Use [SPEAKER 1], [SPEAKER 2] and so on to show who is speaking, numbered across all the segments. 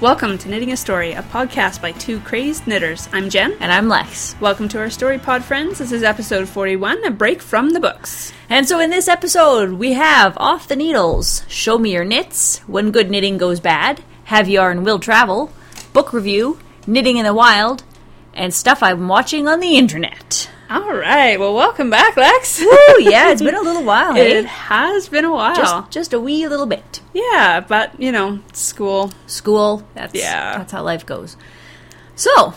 [SPEAKER 1] Welcome to Knitting a Story, a podcast by two crazed knitters. I'm Jen.
[SPEAKER 2] And I'm Lex.
[SPEAKER 1] Welcome to our story pod, friends. This is episode 41, a break from the books.
[SPEAKER 2] And so in this episode, we have Off the Needles, Show Me Your Knits, When Good Knitting Goes Bad, Have Yarn Will Travel, Book Review, Knitting in the Wild, and stuff I'm watching on the internet.
[SPEAKER 1] All right. Well, welcome back, Lex.
[SPEAKER 2] Woo, Oh, yeah, it's been a little while. eh?
[SPEAKER 1] It has been a while.
[SPEAKER 2] Just, just a wee little bit.
[SPEAKER 1] yeah, but, you know, school.
[SPEAKER 2] School, that's,
[SPEAKER 1] Yeah.
[SPEAKER 2] that's how life goes. So, um,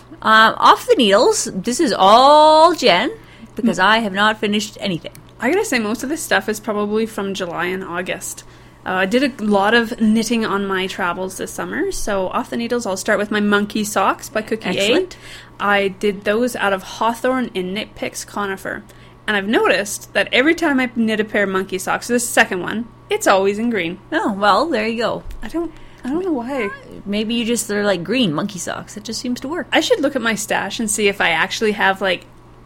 [SPEAKER 2] Off the Needles, this is all Jen, because I have not finished anything.
[SPEAKER 1] I gotta say, most of this stuff is probably from July and August. Uh, I did a lot of knitting on my travels this summer, so off the needles, I'll start with my monkey socks by Cookie
[SPEAKER 2] Excellent.
[SPEAKER 1] Eight. I did those out of Hawthorne and Knit Picks Conifer, and I've noticed that every time I knit a pair of monkey socks, this second one, it's always in green.
[SPEAKER 2] Oh, well, there you go.
[SPEAKER 1] I don't, I don't know why.
[SPEAKER 2] Maybe you just they're like green monkey socks. It just seems to work.
[SPEAKER 1] I should look at my stash and see if I actually have like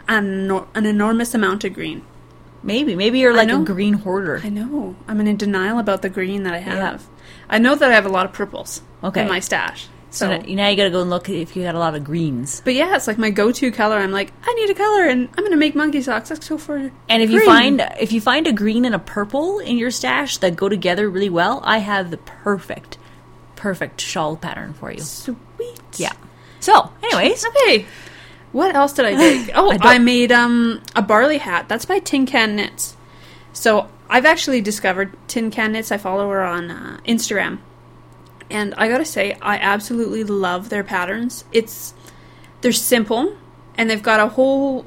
[SPEAKER 1] an, enor- an enormous amount of green.
[SPEAKER 2] Maybe, maybe you're like a
[SPEAKER 1] know.
[SPEAKER 2] green hoarder.
[SPEAKER 1] I know. I'm in denial about the green that I have. I know that I have a lot of purples
[SPEAKER 2] Okay.
[SPEAKER 1] in my stash.
[SPEAKER 2] So
[SPEAKER 1] So,
[SPEAKER 2] now, now you gotta go and look if you got a lot of greens.
[SPEAKER 1] but yeah, it's like my go-to color. I'm like, I need a color, and I'm gonna make monkey socks. Let's go for
[SPEAKER 2] And if you
[SPEAKER 1] green.
[SPEAKER 2] find if you find a green and a purple in your stash that go together really well, I have the perfect, perfect shawl pattern for you.
[SPEAKER 1] sweet,
[SPEAKER 2] Yeah. So, anyways,
[SPEAKER 1] Okay. What else did I make? Oh,
[SPEAKER 2] I don't-
[SPEAKER 1] I, made um a barley hat. That's by Tin Can Knits. So I've actually discovered Tin Can Knits. I follow her on uh, Instagram, and I gotta say, I absolutely love their patterns. It's they're simple, and they've got a whole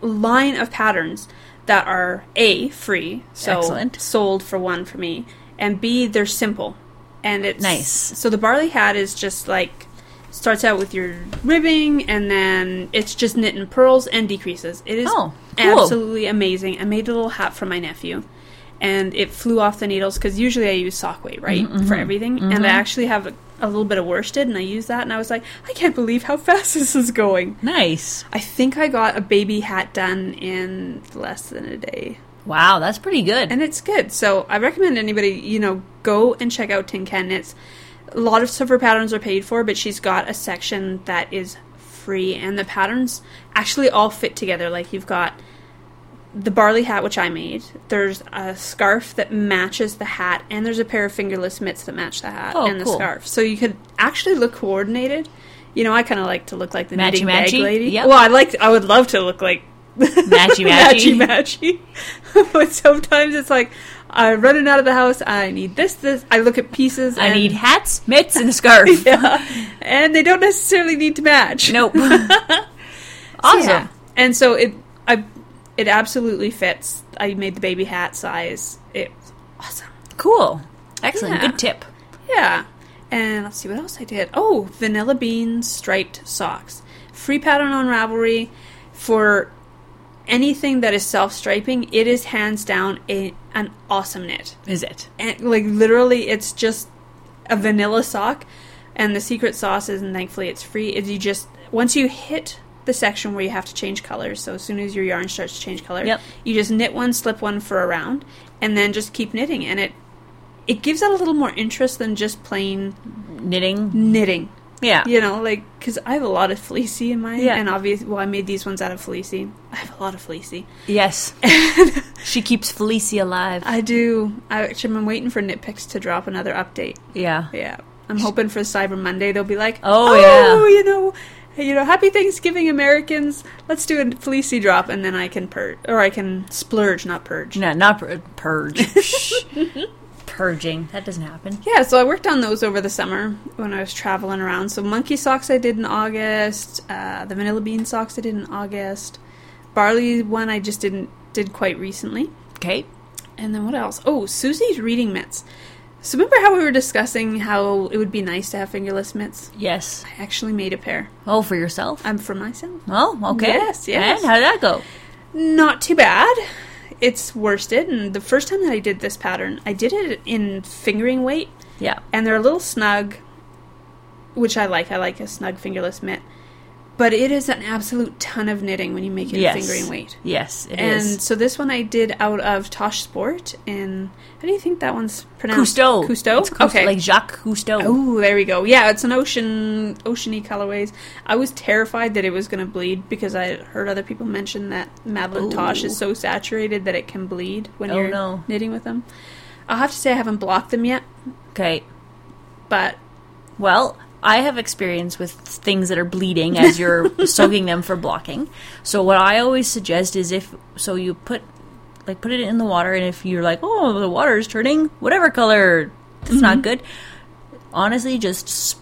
[SPEAKER 1] line of patterns that are a free, so
[SPEAKER 2] Excellent.
[SPEAKER 1] sold for one for me, and b they're simple, and it's
[SPEAKER 2] Nice.
[SPEAKER 1] So the barley hat is just like starts out with your ribbing, and then it's just knit in pearls and decreases. It is
[SPEAKER 2] Oh, cool.
[SPEAKER 1] absolutely amazing. I made a little hat for my nephew. And it flew off the needles because usually I use sock weight, right,
[SPEAKER 2] Mm-hmm,
[SPEAKER 1] for everything. And I actually have a, a little bit of worsted, and I use that. And I was like, I can't believe how fast this is going.
[SPEAKER 2] nice.
[SPEAKER 1] I think I got a baby hat done in less than a day.
[SPEAKER 2] Wow, that's pretty good.
[SPEAKER 1] And it's good. So I recommend anybody, you know, go and check out Tin Can Knits. A lot of of her patterns are paid for, but she's got a section that is free and the patterns actually all fit together. Like you've got the barley hat which I made. There's a scarf that matches the hat and there's a pair of fingerless mitts that match the hat
[SPEAKER 2] Oh,
[SPEAKER 1] and the
[SPEAKER 2] cool.
[SPEAKER 1] scarf. So you could actually look coordinated. You know, I kind of like to look like the knitting bag
[SPEAKER 2] Matchy-matchy?
[SPEAKER 1] lady.
[SPEAKER 2] Yep.
[SPEAKER 1] Well, I like I would love to look like
[SPEAKER 2] Matchy
[SPEAKER 1] matchy
[SPEAKER 2] matchy.
[SPEAKER 1] matchy. but sometimes it's like I'm running out of the house. I need this, this. I look at pieces.
[SPEAKER 2] I
[SPEAKER 1] and,
[SPEAKER 2] need hats, mitts, and a scarf.
[SPEAKER 1] yeah, and they don't necessarily need to match.
[SPEAKER 2] Nope.
[SPEAKER 1] So,
[SPEAKER 2] awesome.
[SPEAKER 1] yeah. And so it, I, it absolutely fits. I made the baby hat size. It's awesome.
[SPEAKER 2] Cool. Excellent.
[SPEAKER 1] Yeah.
[SPEAKER 2] Good tip.
[SPEAKER 1] Yeah. And let's see what else I did. Oh, vanilla bean striped socks. Free pattern on Ravelry for anything that is self striping. It is hands down a, an awesome knit.
[SPEAKER 2] Is it?
[SPEAKER 1] And, like, literally, it's just a vanilla sock. And the secret sauce is, and thankfully it's free, is you just, once you hit the section where you have to change colors, so as soon as your yarn starts to change color,
[SPEAKER 2] Yep.
[SPEAKER 1] you just knit one, slip one for a round, and then just keep knitting. And it, it gives it a little more interest than just plain
[SPEAKER 2] Knitting.
[SPEAKER 1] knitting.
[SPEAKER 2] Yeah.
[SPEAKER 1] You know, like because I have a lot of fleecy in mine,
[SPEAKER 2] Yeah.
[SPEAKER 1] and obviously, well, I made these ones out of fleecy. I have a lot of fleecy.
[SPEAKER 2] Yes. she keeps Felicia alive.
[SPEAKER 1] I do. I actually, I'm waiting for Knitpicks to drop another update.
[SPEAKER 2] yeah.
[SPEAKER 1] Yeah, I'm hoping for Cyber Monday they'll be like,
[SPEAKER 2] Oh,
[SPEAKER 1] yeah, you know, you know, Happy Thanksgiving, Americans. Let's do a fleecy drop, and then I can purge or I can splurge, not purge.
[SPEAKER 2] No, not pur- purge. Shh. Purging. That doesn't happen.
[SPEAKER 1] Yeah, so I worked on those over the summer when I was traveling around. So monkey socks I did in August, uh, the vanilla bean socks I did in August, barley one I just didn't did quite recently,
[SPEAKER 2] Okay.
[SPEAKER 1] and then what else? Oh, Susie's reading mitts. So remember how we were discussing how it would be nice to have fingerless mitts?
[SPEAKER 2] Yes.
[SPEAKER 1] I actually made a pair.
[SPEAKER 2] Oh, for yourself?
[SPEAKER 1] I'm for myself.
[SPEAKER 2] oh, okay.
[SPEAKER 1] Yes, yes.
[SPEAKER 2] And how did that go?
[SPEAKER 1] Not too bad. It's worsted, and the first time that I did this pattern, I did it in fingering weight,
[SPEAKER 2] Yeah.
[SPEAKER 1] and they're a little snug, which I like. I like a snug fingerless mitt. But it is an absolute ton of knitting when you make it
[SPEAKER 2] yes.
[SPEAKER 1] a fingering weight.
[SPEAKER 2] Yes, it
[SPEAKER 1] and
[SPEAKER 2] is.
[SPEAKER 1] so this one I did out of Tosh Sport in how do you think that one's pronounced?
[SPEAKER 2] Cousteau.
[SPEAKER 1] Cousteau.
[SPEAKER 2] It's Cousteau,
[SPEAKER 1] okay.
[SPEAKER 2] Like Jacques Cousteau.
[SPEAKER 1] oh, there we go. Yeah, it's an ocean, oceany colorways. I was terrified that it was going to bleed because I heard other people mention that Madeline Tosh
[SPEAKER 2] Ooh.
[SPEAKER 1] is so saturated that it can bleed when
[SPEAKER 2] Oh,
[SPEAKER 1] you're
[SPEAKER 2] no.
[SPEAKER 1] knitting with them. I'll have to say I haven't blocked them yet,
[SPEAKER 2] Okay.
[SPEAKER 1] but
[SPEAKER 2] Well, I have experience with things that are bleeding as you're soaking them for blocking. So what I always suggest is if so you put like put it in the water and if you're like, "Oh, the water is turning whatever color, it's not good." Honestly, just s-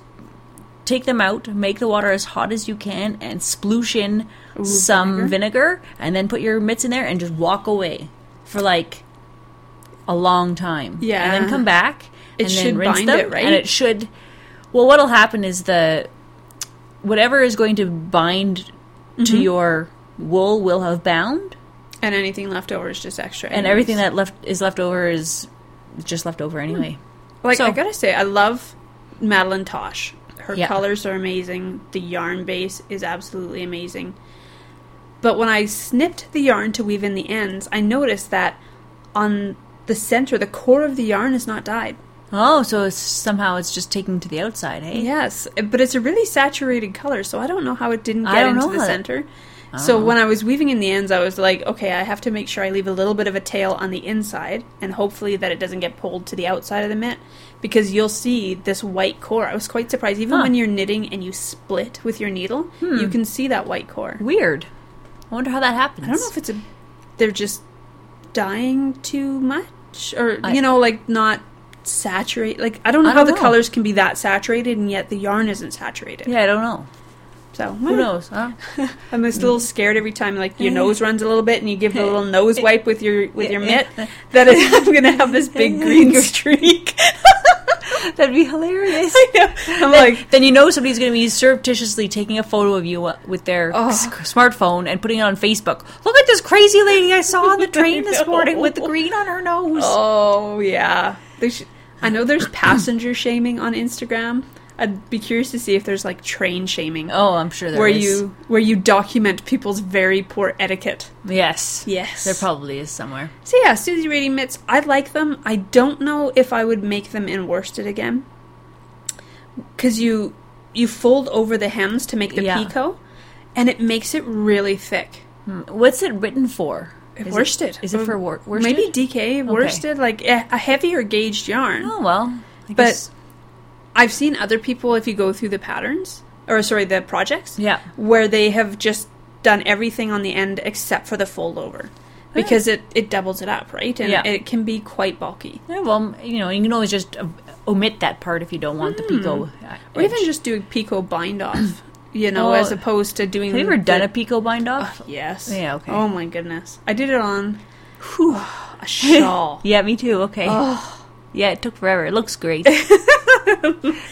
[SPEAKER 2] take them out, make the water as hot as you can and sploosh in some vinegar and then put your mitts in there and just walk away for like a long time. And
[SPEAKER 1] Yeah.
[SPEAKER 2] then come back
[SPEAKER 1] It
[SPEAKER 2] and then
[SPEAKER 1] should
[SPEAKER 2] rinse
[SPEAKER 1] bind
[SPEAKER 2] them
[SPEAKER 1] it, right?
[SPEAKER 2] and it should well what'll happen is the whatever is going to bind
[SPEAKER 1] Mm-hmm.
[SPEAKER 2] to your wool will have bound
[SPEAKER 1] and anything left over is just extra.
[SPEAKER 2] and
[SPEAKER 1] anyways.
[SPEAKER 2] everything that left is left over is just left over anyway
[SPEAKER 1] Like
[SPEAKER 2] So-
[SPEAKER 1] I gotta say, I love Madeline Tosh. Her
[SPEAKER 2] Yeah.
[SPEAKER 1] colors are amazing. The yarn base is absolutely amazing. But when I snipped the yarn to weave in the ends, I noticed that on the center, the core of the yarn is not dyed.
[SPEAKER 2] oh so it's somehow it's just taking to the outside hey
[SPEAKER 1] Yes, but it's a really saturated color, so I don't know how it didn't
[SPEAKER 2] I
[SPEAKER 1] get
[SPEAKER 2] don't
[SPEAKER 1] into
[SPEAKER 2] know
[SPEAKER 1] the
[SPEAKER 2] how- Oh.
[SPEAKER 1] center. So when I was weaving in the ends, I was like, okay, I have to make sure I leave a little bit of a tail on the inside, and hopefully that it doesn't get pulled to the outside of the mitt, because you'll see this white core. I was quite surprised, even
[SPEAKER 2] Huh. Hmm.
[SPEAKER 1] when you're knitting and you split with your needle, you can see that white core.
[SPEAKER 2] weird i wonder how that happens
[SPEAKER 1] I don't know if it's a they're just dying too much, or
[SPEAKER 2] I-
[SPEAKER 1] you know, like not saturate. Like I don't know
[SPEAKER 2] I
[SPEAKER 1] how
[SPEAKER 2] don't
[SPEAKER 1] the
[SPEAKER 2] know.
[SPEAKER 1] colors can be that saturated, and yet the yarn isn't saturated.
[SPEAKER 2] yeah i don't know
[SPEAKER 1] So
[SPEAKER 2] who knows huh?
[SPEAKER 1] I'm just a little scared every time, like your nose runs a little bit, and you give it a little nose wipe with your with your mitt. That is, I'm gonna have this big green streak.
[SPEAKER 2] that'd be hilarious
[SPEAKER 1] I'm like,
[SPEAKER 2] then you know somebody's going to be surreptitiously taking a photo of you uh, with their
[SPEAKER 1] Oh.
[SPEAKER 2] s- smartphone and putting it on Facebook. Look at this crazy lady I saw on the train this morning with the
[SPEAKER 1] know.
[SPEAKER 2] green on her nose.
[SPEAKER 1] oh yeah. They sh- I know there's passenger shaming on Instagram. I'd be curious to see if there's like train shaming,
[SPEAKER 2] Oh, I'm sure there
[SPEAKER 1] where
[SPEAKER 2] is.
[SPEAKER 1] you where you document people's very poor etiquette.
[SPEAKER 2] Yes.
[SPEAKER 1] Yes.
[SPEAKER 2] There probably is somewhere.
[SPEAKER 1] So yeah, Susie Rating mitts. I like them. I don't know if I would make them in worsted again, because you you fold over the hems to make the
[SPEAKER 2] Yeah.
[SPEAKER 1] picot, and it makes it really thick.
[SPEAKER 2] Hmm. What's it written for? Is
[SPEAKER 1] worsted.
[SPEAKER 2] It, is it for wor- worsted?
[SPEAKER 1] Um, Maybe DK worsted, like eh, a, a heavier gauged yarn.
[SPEAKER 2] Oh, well. I
[SPEAKER 1] But-
[SPEAKER 2] guess-
[SPEAKER 1] I've seen other people if you go through the patterns or sorry the projects,
[SPEAKER 2] Yeah.
[SPEAKER 1] where they have just done everything on the end except for the fold over, because it it doubles it up, right? And
[SPEAKER 2] Oh. Yeah.
[SPEAKER 1] it can be quite bulky.
[SPEAKER 2] Yeah, well, you know, you can always just uh, omit that part if you don't want the picot. uh,
[SPEAKER 1] Or even
[SPEAKER 2] edge.
[SPEAKER 1] just doing pico bind off, you know,
[SPEAKER 2] Oh,
[SPEAKER 1] as opposed to doing.
[SPEAKER 2] Have you ever done a
[SPEAKER 1] pico?
[SPEAKER 2] picot bind off?
[SPEAKER 1] Yes.
[SPEAKER 2] Yeah, okay.
[SPEAKER 1] Oh my goodness, I did it on a shawl.
[SPEAKER 2] Yeah, me too. Okay. Yeah, it took forever. It looks great.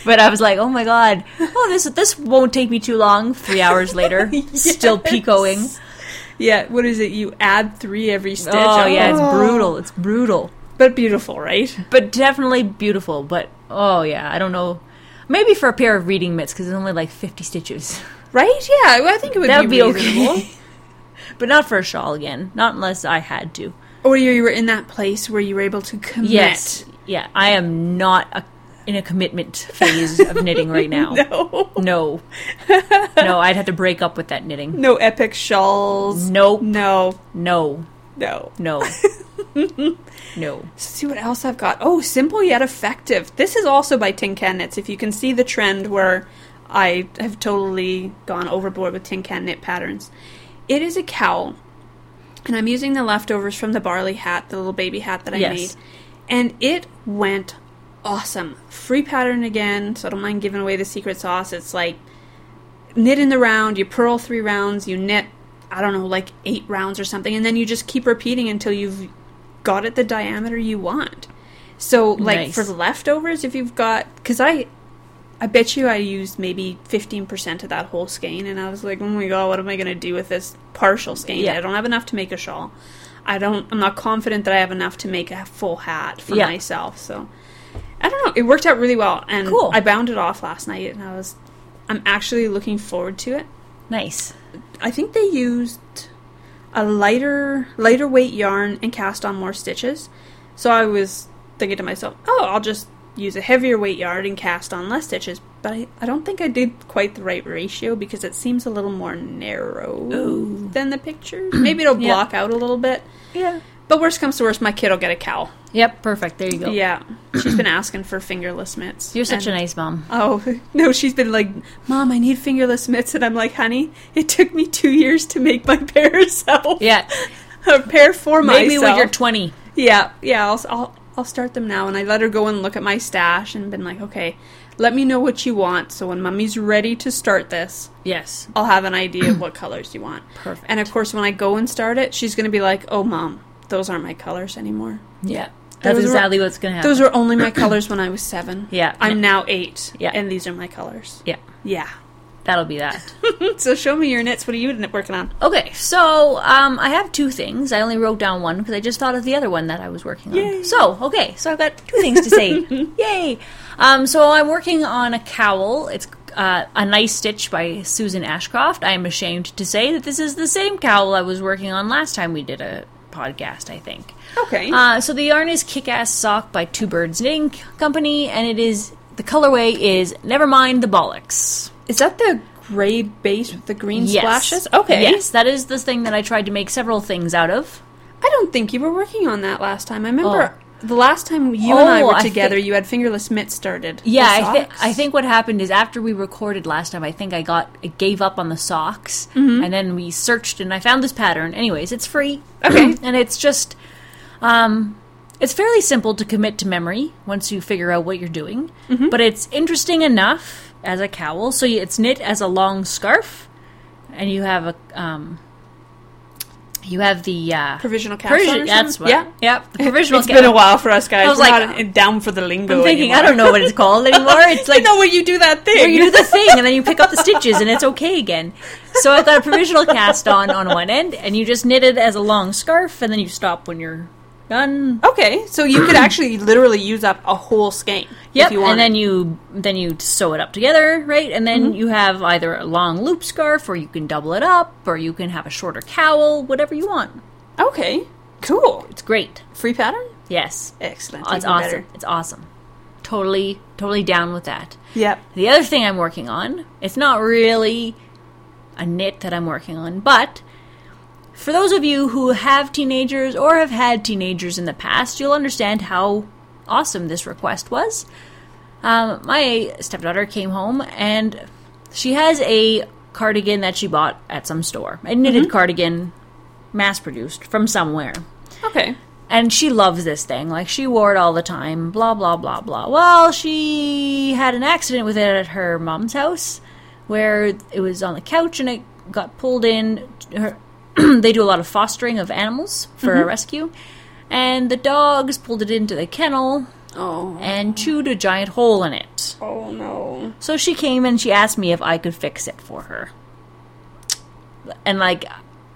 [SPEAKER 2] but I was like, oh my god, oh this this won't take me too long. Three hours later, still picoing.
[SPEAKER 1] yeah. What is it? You add three every stitch.
[SPEAKER 2] Oh yeah, it's brutal. It's brutal,
[SPEAKER 1] but beautiful, right?
[SPEAKER 2] but definitely beautiful. But oh yeah, I don't know. Maybe for a pair of reading mitts because it's only like fifty stitches.
[SPEAKER 1] Right? Yeah. Well, I think it would
[SPEAKER 2] That would
[SPEAKER 1] be,
[SPEAKER 2] be
[SPEAKER 1] reasonable.
[SPEAKER 2] okay. but not for a shawl again. Not unless I had to.
[SPEAKER 1] Or you were in that place where you were able to commit.
[SPEAKER 2] Yes. Yeah, I am not a, in a commitment phase of knitting right now.
[SPEAKER 1] No.
[SPEAKER 2] No. no, I'd have to break up with that knitting.
[SPEAKER 1] No epic shawls.
[SPEAKER 2] Nope.
[SPEAKER 1] No.
[SPEAKER 2] No.
[SPEAKER 1] No.
[SPEAKER 2] No. no.
[SPEAKER 1] see what else I've got. Oh, simple yet effective. This is also by Tin Can Knits. If you can see the trend where I have totally gone overboard with Tin Can Knit patterns, it is a cowl, and I'm using the leftovers from the barley hat, the little baby hat that I
[SPEAKER 2] Yes.
[SPEAKER 1] made, and it went awesome. Free pattern again, so I don't mind giving away the secret sauce. It's like knit in the round, you purl three rounds, you knit, I don't know, like eight rounds or something, and then you just keep repeating until you've got it the diameter you want. So, like
[SPEAKER 2] Nice.
[SPEAKER 1] for the leftovers, if you've got, because I, I bet you I used maybe fifteen percent of that whole skein, and I was like, oh my god, what am I gonna do with this partial skein?
[SPEAKER 2] Yeah.
[SPEAKER 1] I don't have enough to make a shawl. I don't. I'm not confident that I have enough to make a full hat for
[SPEAKER 2] Yeah.
[SPEAKER 1] myself. So, I don't know. It worked out really well, and
[SPEAKER 2] Cool.
[SPEAKER 1] I bound it off last night, and I was, I'm actually looking forward to it.
[SPEAKER 2] Nice.
[SPEAKER 1] I think they used a lighter lighter weight yarn and cast on more stitches. So I was thinking to myself, oh, I'll just use a heavier weight yarn and cast on less stitches. But I, I don't think I did quite the right ratio because it seems a little more narrow
[SPEAKER 2] Ooh.
[SPEAKER 1] than the pictures. Maybe it'll
[SPEAKER 2] Yeah.
[SPEAKER 1] block out a little bit.
[SPEAKER 2] Yeah.
[SPEAKER 1] But worst comes to worst, my kid will get a cowl.
[SPEAKER 2] Yep. Perfect. There you go.
[SPEAKER 1] Yeah. She's been asking for fingerless mitts.
[SPEAKER 2] You're such
[SPEAKER 1] And-
[SPEAKER 2] a nice mom.
[SPEAKER 1] Oh, no, she's been like, Mom, I need fingerless mitts. And I'm like, honey, it took me two years to make my pair self.
[SPEAKER 2] Yeah.
[SPEAKER 1] A pair for
[SPEAKER 2] Maybe
[SPEAKER 1] myself.
[SPEAKER 2] when you're 20.
[SPEAKER 1] Yeah, yeah, I'll, I'll I'll start them now, and I let her go and look at my stash and been like, okay, let me know what you want, so when mommy's ready to start this,
[SPEAKER 2] Yes.
[SPEAKER 1] I'll have an idea of what colors you want.
[SPEAKER 2] Perfect.
[SPEAKER 1] And of course, when I go and start it, she's gonna be like, oh, mom, those aren't my colors anymore.
[SPEAKER 2] Yeah. That's
[SPEAKER 1] Those were-
[SPEAKER 2] exactly what's gonna happen.
[SPEAKER 1] Those were only my colors when I was seven.
[SPEAKER 2] Yeah.
[SPEAKER 1] I'm now eight.
[SPEAKER 2] Yeah.
[SPEAKER 1] and these are my colors.
[SPEAKER 2] yeah.
[SPEAKER 1] Yeah.
[SPEAKER 2] That'll be that.
[SPEAKER 1] so show me your knits. What are you working on?
[SPEAKER 2] Okay, so um, I have two things. I only wrote down one because I just thought of the other one that I was working on.
[SPEAKER 1] Yay.
[SPEAKER 2] So, okay, so I've got two things to say. Yay! Um, so I'm working on a cowl. It's uh, a nice stitch by Susan Ashcroft. I am ashamed to say that this is the same cowl I was working on last time we did a podcast. I think.
[SPEAKER 1] Okay.
[SPEAKER 2] Uh, so the yarn is Kick Ass Sock by Two Birds Knitting Company, and it is the colorway is Never Mind the Bollocks.
[SPEAKER 1] Is that the gray base with the green splashes? Okay.
[SPEAKER 2] Yes, that is the thing that I tried to make several things out of.
[SPEAKER 1] I don't think you were working on that last time. I remember the last time you
[SPEAKER 2] Oh,
[SPEAKER 1] and I
[SPEAKER 2] I
[SPEAKER 1] were
[SPEAKER 2] thi-
[SPEAKER 1] together, you had fingerless mitt started.
[SPEAKER 2] Yeah,
[SPEAKER 1] The
[SPEAKER 2] I, thi-
[SPEAKER 1] socks.
[SPEAKER 2] I think what happened is after we recorded last time, I think I got I gave up on the socks,
[SPEAKER 1] Mm-hmm.
[SPEAKER 2] and then we searched and I found this pattern. Anyways, it's free, okay, and it's just, um, it's fairly simple to commit to memory once you figure out what you're doing.
[SPEAKER 1] Mm-hmm.
[SPEAKER 2] But it's interesting enough as a cowl, so you, it's knit as a long scarf, and you have a um, you have the uh,
[SPEAKER 1] provisional cast.
[SPEAKER 2] provision-
[SPEAKER 1] on or
[SPEAKER 2] that's what.
[SPEAKER 1] something? Yeah.
[SPEAKER 2] yeah, the provisional.
[SPEAKER 1] It's
[SPEAKER 2] ca-
[SPEAKER 1] been a while for us guys.
[SPEAKER 2] I was
[SPEAKER 1] We're
[SPEAKER 2] like-
[SPEAKER 1] not down for the lingo.
[SPEAKER 2] I'm thinking
[SPEAKER 1] anymore.
[SPEAKER 2] I don't know what it's called anymore. It's like
[SPEAKER 1] you know when you do that thing.
[SPEAKER 2] where you do the thing and then you pick up the stitches and it's okay again. So I've got a provisional cast on on one end and you just knit it as a long scarf and then you stop when you're done.
[SPEAKER 1] okay, so you could actually literally use up a whole skein
[SPEAKER 2] Yep,
[SPEAKER 1] if you
[SPEAKER 2] and
[SPEAKER 1] wanted.
[SPEAKER 2] then you then you sew it up together, right? And then you have either a long loop scarf or you can double it up or you can have a shorter cowl, whatever you want.
[SPEAKER 1] okay, cool.
[SPEAKER 2] It's great.
[SPEAKER 1] Free pattern.
[SPEAKER 2] Yes.
[SPEAKER 1] Excellent.
[SPEAKER 2] It's
[SPEAKER 1] even
[SPEAKER 2] Oh, awesome.
[SPEAKER 1] better.
[SPEAKER 2] It's awesome. Totally totally down with that.
[SPEAKER 1] Yep.
[SPEAKER 2] The other thing I'm working on, it's not really a knit that I'm working on, but for those of you who have teenagers or have had teenagers in the past, you'll understand how awesome this request was. Um, my stepdaughter came home and she has a cardigan that she bought at some store, a knitted cardigan, mass produced from somewhere.
[SPEAKER 1] Okay.
[SPEAKER 2] And she loves this thing. Like, she wore it all the time. Blah, blah, blah, blah. Well, she had an accident with it at her mom's house where it was on the couch and it got pulled in. Her, they do a lot of fostering of animals for a rescue. And the dogs pulled it into the kennel
[SPEAKER 1] Oh.
[SPEAKER 2] and chewed a giant hole in it.
[SPEAKER 1] Oh no.
[SPEAKER 2] So she came and she asked me if I could fix it for her. And like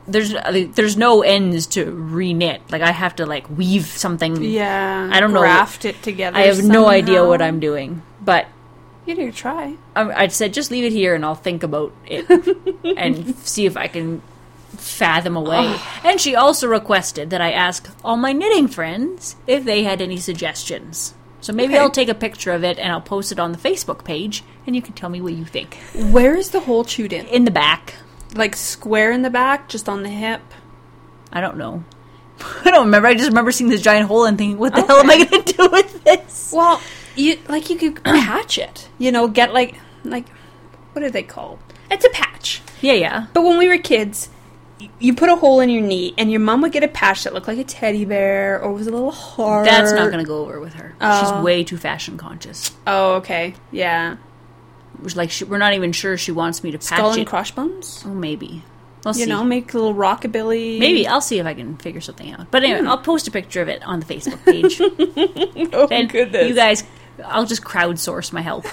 [SPEAKER 2] there's there's no ends to re-knit. Like I have to like weave something.
[SPEAKER 1] Yeah.
[SPEAKER 2] I don't know.
[SPEAKER 1] Graft it together.
[SPEAKER 2] I have no idea
[SPEAKER 1] somehow.
[SPEAKER 2] what I'm doing, but
[SPEAKER 1] You need to try.
[SPEAKER 2] I, I said just leave it here and I'll think about it and see if I can fathom a way. And she also requested that I ask all my knitting friends if they had any suggestions. So maybe
[SPEAKER 1] Okay.
[SPEAKER 2] I'll take a picture of it and I'll post it on the Facebook page and you can tell me what you think.
[SPEAKER 1] Where is the hole chewed in?
[SPEAKER 2] In the back,
[SPEAKER 1] like square in the back, just on the hip.
[SPEAKER 2] I don't know. I don't remember. I just remember seeing this giant hole and thinking, what the hell am I going to do with this?
[SPEAKER 1] Well, you like you could patch it. You know, get like like what are they called? It's a patch.
[SPEAKER 2] Yeah, yeah.
[SPEAKER 1] But when we were kids, y- you put a hole in your knee, and your mom would get a patch that looked like a teddy bear or was a little heart.
[SPEAKER 2] That's not going to go over with her.
[SPEAKER 1] Oh.
[SPEAKER 2] She's way too fashion conscious.
[SPEAKER 1] Oh, okay. Yeah.
[SPEAKER 2] It was like, she, we're not even sure she wants me to patch
[SPEAKER 1] Skull
[SPEAKER 2] it.
[SPEAKER 1] and crossbones.
[SPEAKER 2] oh, maybe. We'll
[SPEAKER 1] You
[SPEAKER 2] see.
[SPEAKER 1] know, make a little rockabilly.
[SPEAKER 2] Maybe I'll see if I can figure something out. But
[SPEAKER 1] Hmm.
[SPEAKER 2] anyway, I'll post a picture of it on the Facebook page.
[SPEAKER 1] Oh
[SPEAKER 2] and
[SPEAKER 1] goodness.
[SPEAKER 2] you guys, I'll just crowdsource my help.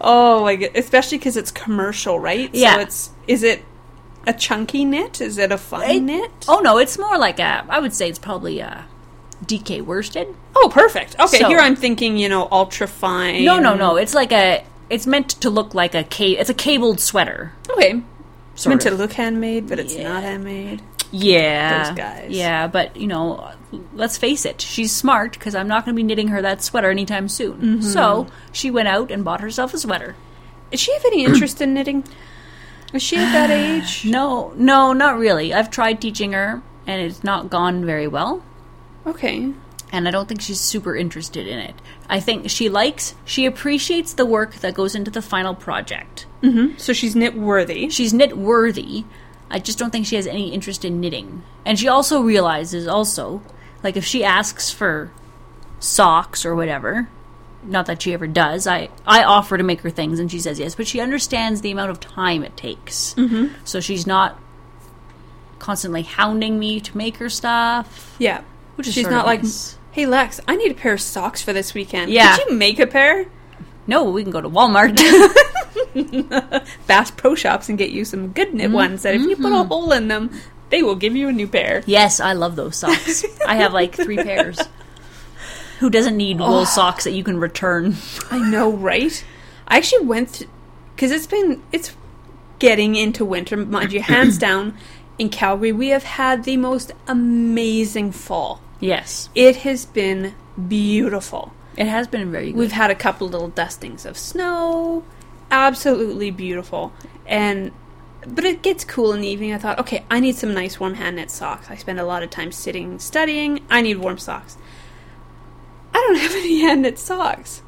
[SPEAKER 1] oh my god. Especially because it's commercial, right?
[SPEAKER 2] Yeah.
[SPEAKER 1] So it's is it a chunky knit? Is it a fine
[SPEAKER 2] It-
[SPEAKER 1] knit?
[SPEAKER 2] oh no, it's more like a. I would say it's probably a DK worsted.
[SPEAKER 1] Oh, perfect. Okay,
[SPEAKER 2] So-
[SPEAKER 1] here I'm thinking, you know, ultra fine.
[SPEAKER 2] No, no, no. It's like a it's meant to look like a ca- it's a cabled sweater.
[SPEAKER 1] Okay. It's
[SPEAKER 2] Sort
[SPEAKER 1] meant to
[SPEAKER 2] of.
[SPEAKER 1] look handmade, but it's
[SPEAKER 2] Yeah.
[SPEAKER 1] not handmade.
[SPEAKER 2] Yeah.
[SPEAKER 1] Those guys.
[SPEAKER 2] Yeah, but you know, let's face it, she's smart because I'm not going to be knitting her that sweater anytime soon.
[SPEAKER 1] Mm-hmm.
[SPEAKER 2] So she went out and bought herself a sweater.
[SPEAKER 1] Does she have any interest in knitting? Is she at that age?
[SPEAKER 2] No, no, not really. I've tried teaching her, and it's not gone very well.
[SPEAKER 1] Okay.
[SPEAKER 2] And I don't think she's super interested in it. I think she likes, she appreciates the work that goes into the final project.
[SPEAKER 1] So she's knit worthy.
[SPEAKER 2] She's knit worthy. I just don't think she has any interest in knitting. And she also realizes also, like if she asks for socks or whatever, not that she ever does. I I offer to make her things and she says yes, but she understands the amount of time it takes. Mm-hmm. So she's not constantly hounding me to make her stuff.
[SPEAKER 1] Yeah.
[SPEAKER 2] Which is
[SPEAKER 1] she's
[SPEAKER 2] sort of
[SPEAKER 1] not like,
[SPEAKER 2] nice.
[SPEAKER 1] hey Lex, I need a pair of socks for this weekend.
[SPEAKER 2] Yeah.
[SPEAKER 1] Could you make a pair?
[SPEAKER 2] No, we can go to Walmart.
[SPEAKER 1] Bass Pro Shops and get you some good knit ones that if you put a hole in them, they will give you a new pair.
[SPEAKER 2] yes, I love those socks. I have like three pairs. Who doesn't need wool socks that you can return?
[SPEAKER 1] I know, right? I actually went th- because it's been it's getting into winter, mind you, hands down. In Calgary, we have had the most amazing fall.
[SPEAKER 2] Yes.
[SPEAKER 1] It has been beautiful.
[SPEAKER 2] It has been very good.
[SPEAKER 1] We've had a couple little dustings of snow. Absolutely beautiful. And but it gets cool in the evening. I thought, okay, I need some nice warm hand knit socks. I spend a lot of time sitting studying. I need warm socks. I don't have any hand knit socks.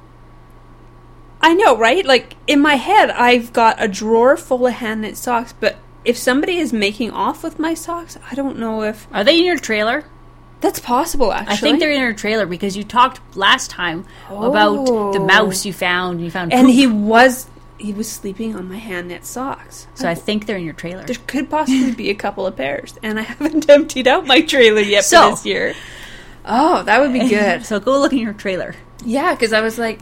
[SPEAKER 1] I know, right? Like in my head, I've got a drawer full of hand knit socks, but if somebody is making off with my socks, I don't know if
[SPEAKER 2] Are they in your trailer?
[SPEAKER 1] that's possible actually.
[SPEAKER 2] I think they're in your trailer because you talked last time about the
[SPEAKER 1] Oh.
[SPEAKER 2] mouse you found. You found
[SPEAKER 1] and
[SPEAKER 2] poop.
[SPEAKER 1] he was he was sleeping on my hand knit socks.
[SPEAKER 2] so I think they're in your trailer.
[SPEAKER 1] There could possibly be a couple of pairs, and I haven't emptied out my trailer yet for
[SPEAKER 2] So-
[SPEAKER 1] this year. Oh, that would be good.
[SPEAKER 2] so go look in your trailer.
[SPEAKER 1] yeah, because I was like,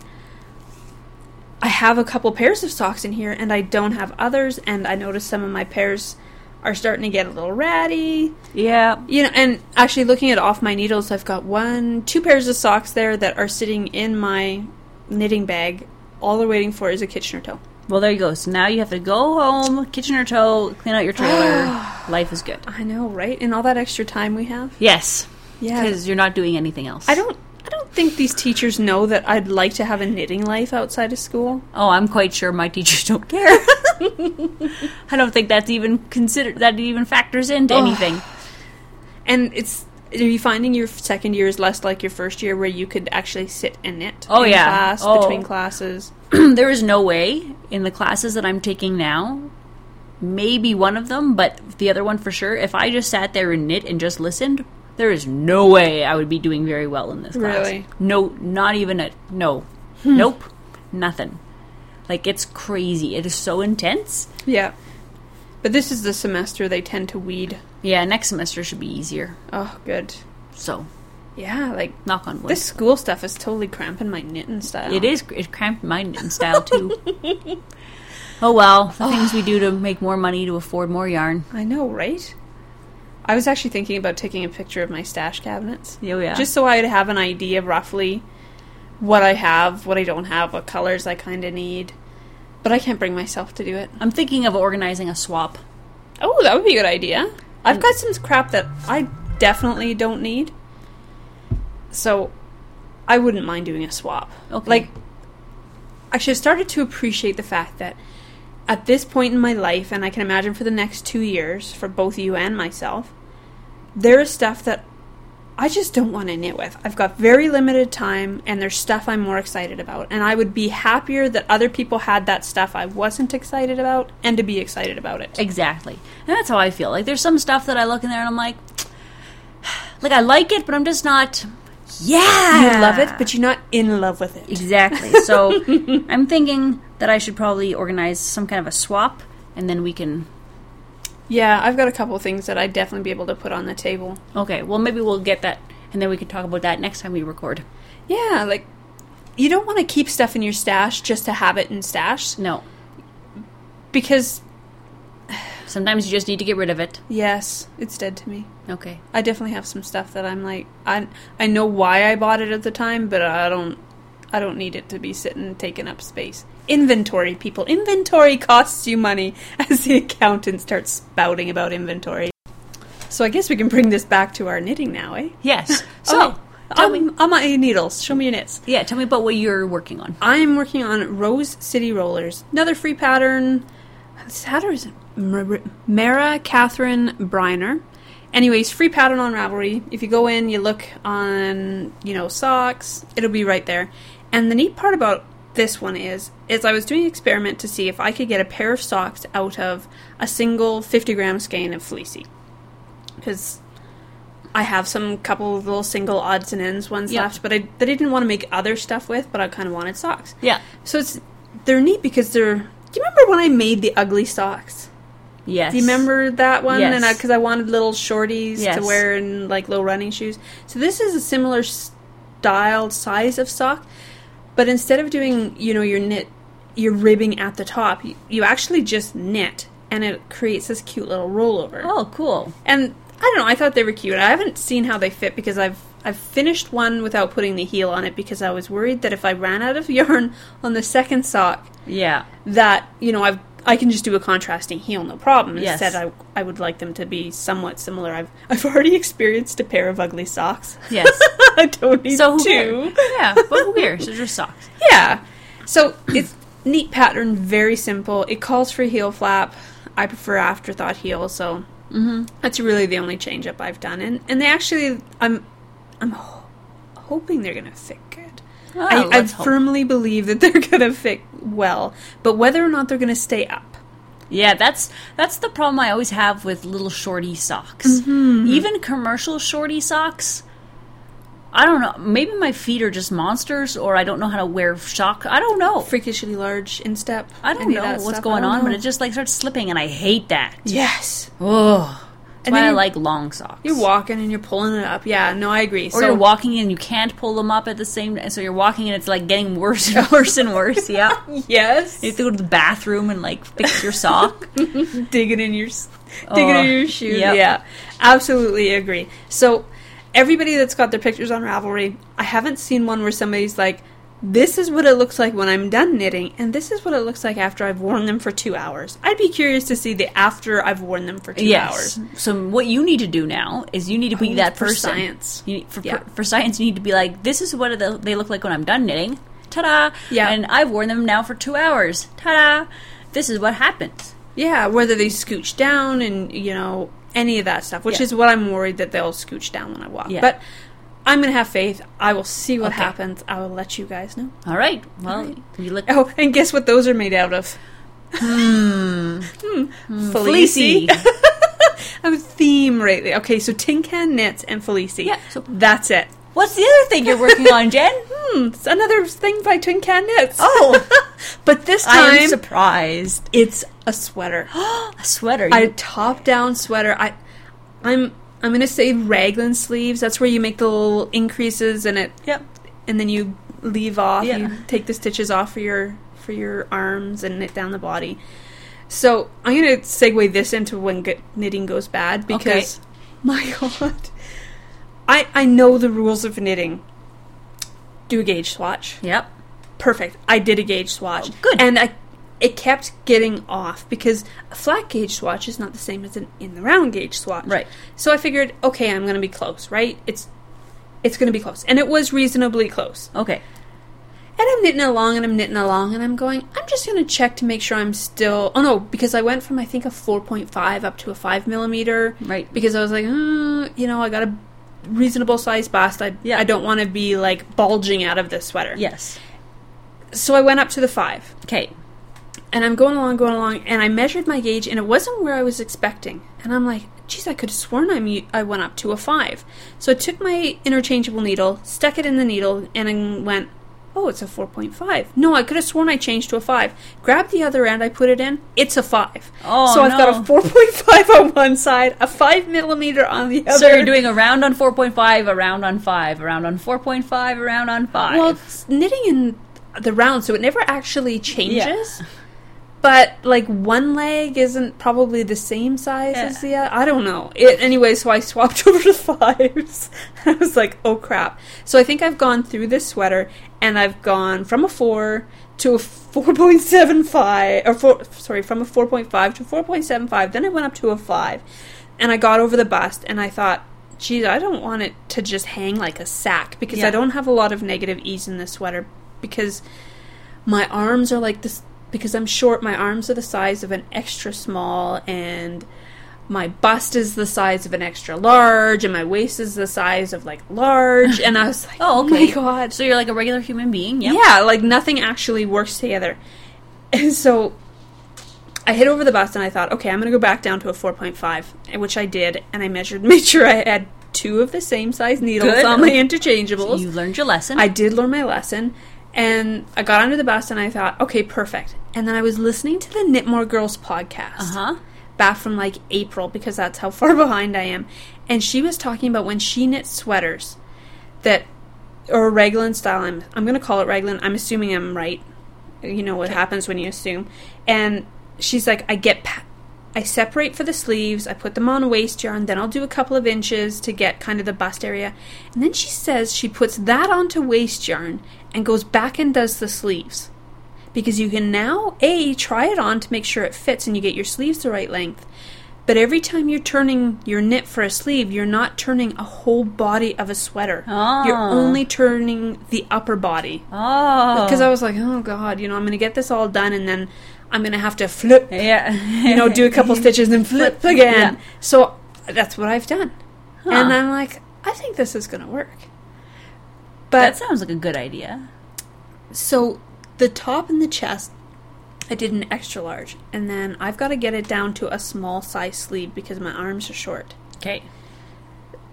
[SPEAKER 1] I have a couple pairs of socks in here, and I don't have others, and I noticed some of my pairs are starting to get a little ratty.
[SPEAKER 2] Yeah.
[SPEAKER 1] You know, and actually looking at off my needles, I've got one, two pairs of socks there that are sitting in my knitting bag. All they're waiting for is a Kitchener toe.
[SPEAKER 2] Well, there you go. So now you have to go home, kitchen or toe, clean out your trailer. Life is good.
[SPEAKER 1] I know, right? And all that extra time we have.
[SPEAKER 2] Yes,
[SPEAKER 1] Yeah.
[SPEAKER 2] because you're not doing anything else.
[SPEAKER 1] I don't I don't think these teachers know that I'd like to have a knitting life outside of school.
[SPEAKER 2] Oh, I'm quite sure my teachers don't care. I don't think that's even considered. That even factors into
[SPEAKER 1] Ugh.
[SPEAKER 2] anything.
[SPEAKER 1] And it's are you finding your second year is less like your first year where you could actually sit and knit
[SPEAKER 2] Oh,
[SPEAKER 1] in
[SPEAKER 2] yeah.
[SPEAKER 1] class
[SPEAKER 2] Oh.
[SPEAKER 1] between classes?
[SPEAKER 2] there is no way in the classes that I'm taking now, maybe one of them, but the other one for sure, if I just sat there and knit and just listened, there is no way I would be doing very well in this class.
[SPEAKER 1] Really? Hmm.
[SPEAKER 2] No, not even a no. Nope. Nothing. Like it's crazy. It is so intense.
[SPEAKER 1] Yeah. But this is the semester they tend to weed.
[SPEAKER 2] Yeah, next semester should be easier.
[SPEAKER 1] Oh, good.
[SPEAKER 2] So,
[SPEAKER 1] Yeah, like
[SPEAKER 2] knock on wood.
[SPEAKER 1] this school stuff is totally cramping my knitting style.
[SPEAKER 2] it is it cramped my knitting style too. oh well, the things we do to make more money to afford more yarn.
[SPEAKER 1] I know, right? I was actually thinking about taking a picture of my stash cabinets.
[SPEAKER 2] Oh yeah.
[SPEAKER 1] just so I'd have an idea of roughly what I have, what I don't have, what colors I kind of need. But I can't bring myself to do it.
[SPEAKER 2] I'm thinking of organizing a swap.
[SPEAKER 1] Oh, that would be a good idea. I've got some crap that I definitely don't need. So I wouldn't mind doing a swap.
[SPEAKER 2] Okay.
[SPEAKER 1] Like, actually, I started to appreciate the fact that at this point in my life, and I can imagine for the next two years, for both you and myself, there is stuff that I just don't want to knit with. I've got very limited time, and there's stuff I'm more excited about. And I would be happier that other people had that stuff I wasn't excited about and to be excited about it.
[SPEAKER 2] Exactly. And that's how I feel. Like there's some stuff that I look in there and I'm like like I like it, but I'm just not Yeah.
[SPEAKER 1] You love it, but you're not in love with it.
[SPEAKER 2] Exactly. So I'm thinking that I should probably organize some kind of a swap and then we can
[SPEAKER 1] Yeah, I've got a couple things that I'd definitely be able to put on the table.
[SPEAKER 2] Okay, well maybe we'll get that and then we can talk about that next time we record.
[SPEAKER 1] Yeah, like you don't want to keep stuff in your stash just to have it in stash
[SPEAKER 2] No.
[SPEAKER 1] because
[SPEAKER 2] Sometimes you just need to get rid of it.
[SPEAKER 1] yes, it's dead to me.
[SPEAKER 2] Okay.
[SPEAKER 1] I definitely have some stuff that I'm like I I know why I bought it at the time, but I don't I don't need it to be sitting taking up space. Inventory, people. Inventory costs you money as the accountant starts spouting about inventory. So I guess we can bring this back to our knitting now, eh? Oh,
[SPEAKER 2] Yes. So,
[SPEAKER 1] Okay.
[SPEAKER 2] tell
[SPEAKER 1] I'm,
[SPEAKER 2] me.
[SPEAKER 1] I'm on your needles. Show me your knits.
[SPEAKER 2] Yeah, tell me about what you're working on.
[SPEAKER 1] I'm working on Rose City Rollers. Another free pattern. Saturday's Mara Catherine Briner. Anyways, free pattern on Ravelry. If you go in, you look on, you know, socks, it'll be right there. And the neat part about this one is, is I was doing an experiment to see if I could get a pair of socks out of a single 50 gram skein of fleecy. Because I have some couple of little single odds and ends ones
[SPEAKER 2] Yeah.
[SPEAKER 1] left, but I, that I didn't want to make other stuff with, but I kind of wanted socks.
[SPEAKER 2] Yeah.
[SPEAKER 1] So it's they're neat because they're. Do you remember when I made the ugly socks?
[SPEAKER 2] Yes.
[SPEAKER 1] Do you remember that one?
[SPEAKER 2] Yes.
[SPEAKER 1] And because I, wanted little shorties
[SPEAKER 2] Yes.
[SPEAKER 1] to wear and like little running shoes. So this is a similar styled size of sock, but instead of doing you know your knit your ribbing at the top, you, you actually just knit, and it creates this cute little rollover.
[SPEAKER 2] Oh, cool.
[SPEAKER 1] And I don't know, I thought they were cute. I haven't seen how they fit because I've I've finished one without putting the heel on it because I was worried that if I ran out of yarn on the second sock
[SPEAKER 2] Yeah.
[SPEAKER 1] that, you know, I've I can just do a contrasting heel, no problem.
[SPEAKER 2] Yes.
[SPEAKER 1] Instead I I would like them to be somewhat similar. I've I've already experienced a pair of ugly socks.
[SPEAKER 2] Yes.
[SPEAKER 1] I don't need
[SPEAKER 2] so who
[SPEAKER 1] two.
[SPEAKER 2] cares? Yeah, but who cares? It's just socks.
[SPEAKER 1] Yeah. So it's neat pattern, very simple. It calls for heel flap. I prefer afterthought heel, so
[SPEAKER 2] Mm-hmm.
[SPEAKER 1] that's really the only change up I've done. And and they actually, I'm I'm ho- hoping they're gonna fit good.
[SPEAKER 2] Oh,
[SPEAKER 1] I, I
[SPEAKER 2] let's hope.
[SPEAKER 1] firmly believe that they're gonna fit well, but whether or not they're gonna stay up,
[SPEAKER 2] Yeah, that's that's the problem I always have with little shorty socks.
[SPEAKER 1] Mm-hmm.
[SPEAKER 2] Even commercial shorty socks. I don't know. Maybe my feet are just monsters, or I don't know how to wear sock. I don't know.
[SPEAKER 1] freakishly large instep.
[SPEAKER 2] I don't
[SPEAKER 1] any of
[SPEAKER 2] know
[SPEAKER 1] that
[SPEAKER 2] what's
[SPEAKER 1] stuff, I
[SPEAKER 2] going
[SPEAKER 1] don't
[SPEAKER 2] on, but
[SPEAKER 1] know.
[SPEAKER 2] it just like starts slipping, and I hate that.
[SPEAKER 1] yes,
[SPEAKER 2] Oh, that's
[SPEAKER 1] And
[SPEAKER 2] why
[SPEAKER 1] then
[SPEAKER 2] I
[SPEAKER 1] you-
[SPEAKER 2] like long socks.
[SPEAKER 1] you're walking and you're pulling it up. Yeah, no, I agree.
[SPEAKER 2] or
[SPEAKER 1] so
[SPEAKER 2] you're walking and you can't pull them up at the same. So you're walking and it's like getting worse and worse and worse. Yeah,
[SPEAKER 1] yes,
[SPEAKER 2] you have to go to the bathroom and like fix your sock.
[SPEAKER 1] digging in your s- digging
[SPEAKER 2] Oh,
[SPEAKER 1] in your shoes.
[SPEAKER 2] yep.
[SPEAKER 1] Yeah, absolutely agree. So everybody that's got their pictures on Ravelry, I haven't seen one where somebody's like, "This is what it looks like when I'm done knitting, and this is what it looks like after I've worn them for two hours." I'd be curious to see the after I've worn them for two
[SPEAKER 2] yes.
[SPEAKER 1] hours.
[SPEAKER 2] So what you need to do now is you need to be
[SPEAKER 1] Oh,
[SPEAKER 2] that
[SPEAKER 1] for
[SPEAKER 2] person.
[SPEAKER 1] science.
[SPEAKER 2] You need, for,
[SPEAKER 1] Yeah.
[SPEAKER 2] for, for science, you need to be like, this is what the- they look like when I'm done knitting. Ta-da!
[SPEAKER 1] Yeah.
[SPEAKER 2] And I've worn them now for two hours. Ta-da! This is what happens.
[SPEAKER 1] Yeah, whether they scooch down and you know any of that stuff, which
[SPEAKER 2] Yeah.
[SPEAKER 1] is what I'm worried that they'll scooch down when I walk.
[SPEAKER 2] Yeah.
[SPEAKER 1] But I'm gonna have faith. I will see what
[SPEAKER 2] Okay.
[SPEAKER 1] happens. I will let you guys know.
[SPEAKER 2] All right. Well,
[SPEAKER 1] right.
[SPEAKER 2] you look
[SPEAKER 1] Oh, and guess what those are made out of? Hmm.
[SPEAKER 2] fleecy.
[SPEAKER 1] Fleecy. I'm a theme right there. Okay, so tin can knits and Felici.
[SPEAKER 2] Yeah, so-
[SPEAKER 1] That's it.
[SPEAKER 2] What's the other thing you're working on, Jen?
[SPEAKER 1] Hmm, it's another thing by tin can knits.
[SPEAKER 2] Oh,
[SPEAKER 1] But this
[SPEAKER 2] I am
[SPEAKER 1] time,
[SPEAKER 2] surprised.
[SPEAKER 1] it's a sweater.
[SPEAKER 2] a sweater.
[SPEAKER 1] a top down sweater. I, I'm I'm gonna say raglan sleeves. That's where you make the little increases and it
[SPEAKER 2] yep.
[SPEAKER 1] and then you leave off.
[SPEAKER 2] Yeah.
[SPEAKER 1] You take the stitches off for your for your arms and knit down the body. So I'm gonna segue this into when g- knitting goes bad because my god, I I know the rules of knitting. Do a gauge swatch.
[SPEAKER 2] Yep.
[SPEAKER 1] Perfect. I did a gauge swatch.
[SPEAKER 2] Oh, good.
[SPEAKER 1] And I it kept getting off because a flat gauge swatch is not the same as an in the round gauge swatch.
[SPEAKER 2] Right.
[SPEAKER 1] So I figured, okay, I'm gonna be close, right? It's it's gonna be close. And it was reasonably close.
[SPEAKER 2] Okay.
[SPEAKER 1] And I'm knitting along and I'm knitting along and I'm going, I'm just going to check to make sure I'm still. Oh no, because I went from I think a 4.5 up to a 5 millimeter.
[SPEAKER 2] Right.
[SPEAKER 1] Because I was like, mm, you know, I got a reasonable size bust. I,
[SPEAKER 2] Yeah.
[SPEAKER 1] I don't want to be like bulging out of this sweater.
[SPEAKER 2] Yes.
[SPEAKER 1] So I went up to the 5.
[SPEAKER 2] Okay.
[SPEAKER 1] And I'm going along, going along, and I measured my gauge and it wasn't where I was expecting. And I'm like, geez, I could have sworn I, mu- I went up to a 5. So I took my interchangeable needle, stuck it in the needle, and I went, oh, it's a 4.5. No, I could have sworn I changed to a 5. Grabbed the other end, I put it in, it's a 5.
[SPEAKER 2] Oh,
[SPEAKER 1] so I've got
[SPEAKER 2] no.
[SPEAKER 1] a 4.5 on one side, a 5 millimeter on the other.
[SPEAKER 2] So you're doing a round on 4.5, a round on 5, a round on 4.5, a round on 5.
[SPEAKER 1] Well, it's knitting in the round, so it never actually changes. but like one leg isn't probably the same size
[SPEAKER 2] Yeah.
[SPEAKER 1] as the other. I don't know. It anyway, so I swapped over to fives. I was like, oh crap. So I think I've gone through this sweater and I've gone from a four to a four point seven five or four sorry, from a four point five to four point seven five, then I went up to a five. And I got over the bust and I thought, geez, I don't want it to just hang like a sack because
[SPEAKER 2] Yeah.
[SPEAKER 1] I don't have a lot of negative ease in this sweater because my arms are like this because I'm short, my arms are the size of an extra small and my bust is the size of an extra large and my waist is the size of like large and I was like,
[SPEAKER 2] Oh,
[SPEAKER 1] "Oh,
[SPEAKER 2] okay.
[SPEAKER 1] my god."
[SPEAKER 2] So you're like a regular human being. Yeah.
[SPEAKER 1] Yeah, like nothing actually works together. And so I hit over the bust and I thought, okay, I'm going to go back down to a 4.5, which I did. And I measured, made sure I had two of the same size needles
[SPEAKER 2] Good.
[SPEAKER 1] on my interchangeables.
[SPEAKER 2] You learned your lesson.
[SPEAKER 1] I did learn my lesson. And I got under the bust and I thought, okay, perfect. And then I was listening to the Knit More Girls podcast
[SPEAKER 2] huh?
[SPEAKER 1] back from like April because that's how far behind I am. And she was talking about when she knits sweaters that or raglan style. I'm I'm gonna call it raglan. I'm assuming I'm right. You know what happens when you assume. And she's like, I get, pa- I separate for the sleeves. I put them on waist yarn. Then I'll do a couple of inches to get kind of the bust area. And then she says she puts that onto waist yarn and goes back and does the sleeves because you can now a try it on to make sure it fits and you get your sleeves the right length but every time you're turning your knit for a sleeve you're not turning a whole body of a sweater you're
[SPEAKER 2] Ah.
[SPEAKER 1] only turning the upper body
[SPEAKER 2] Oh.
[SPEAKER 1] because i was like oh god you know i'm gonna get this all done and then i'm gonna have to flip
[SPEAKER 2] yeah.
[SPEAKER 1] you know, do a couple stitches and flip again.
[SPEAKER 2] Yeah.
[SPEAKER 1] So that's what I've done.
[SPEAKER 2] Huh.
[SPEAKER 1] And I'm like, I think this is going to work.
[SPEAKER 2] that
[SPEAKER 1] But
[SPEAKER 2] sounds like a good idea.
[SPEAKER 1] so the top and the chest, I did an extra large. And then I've got to get it down to a small size sleeve because my arms are short.
[SPEAKER 2] Okay.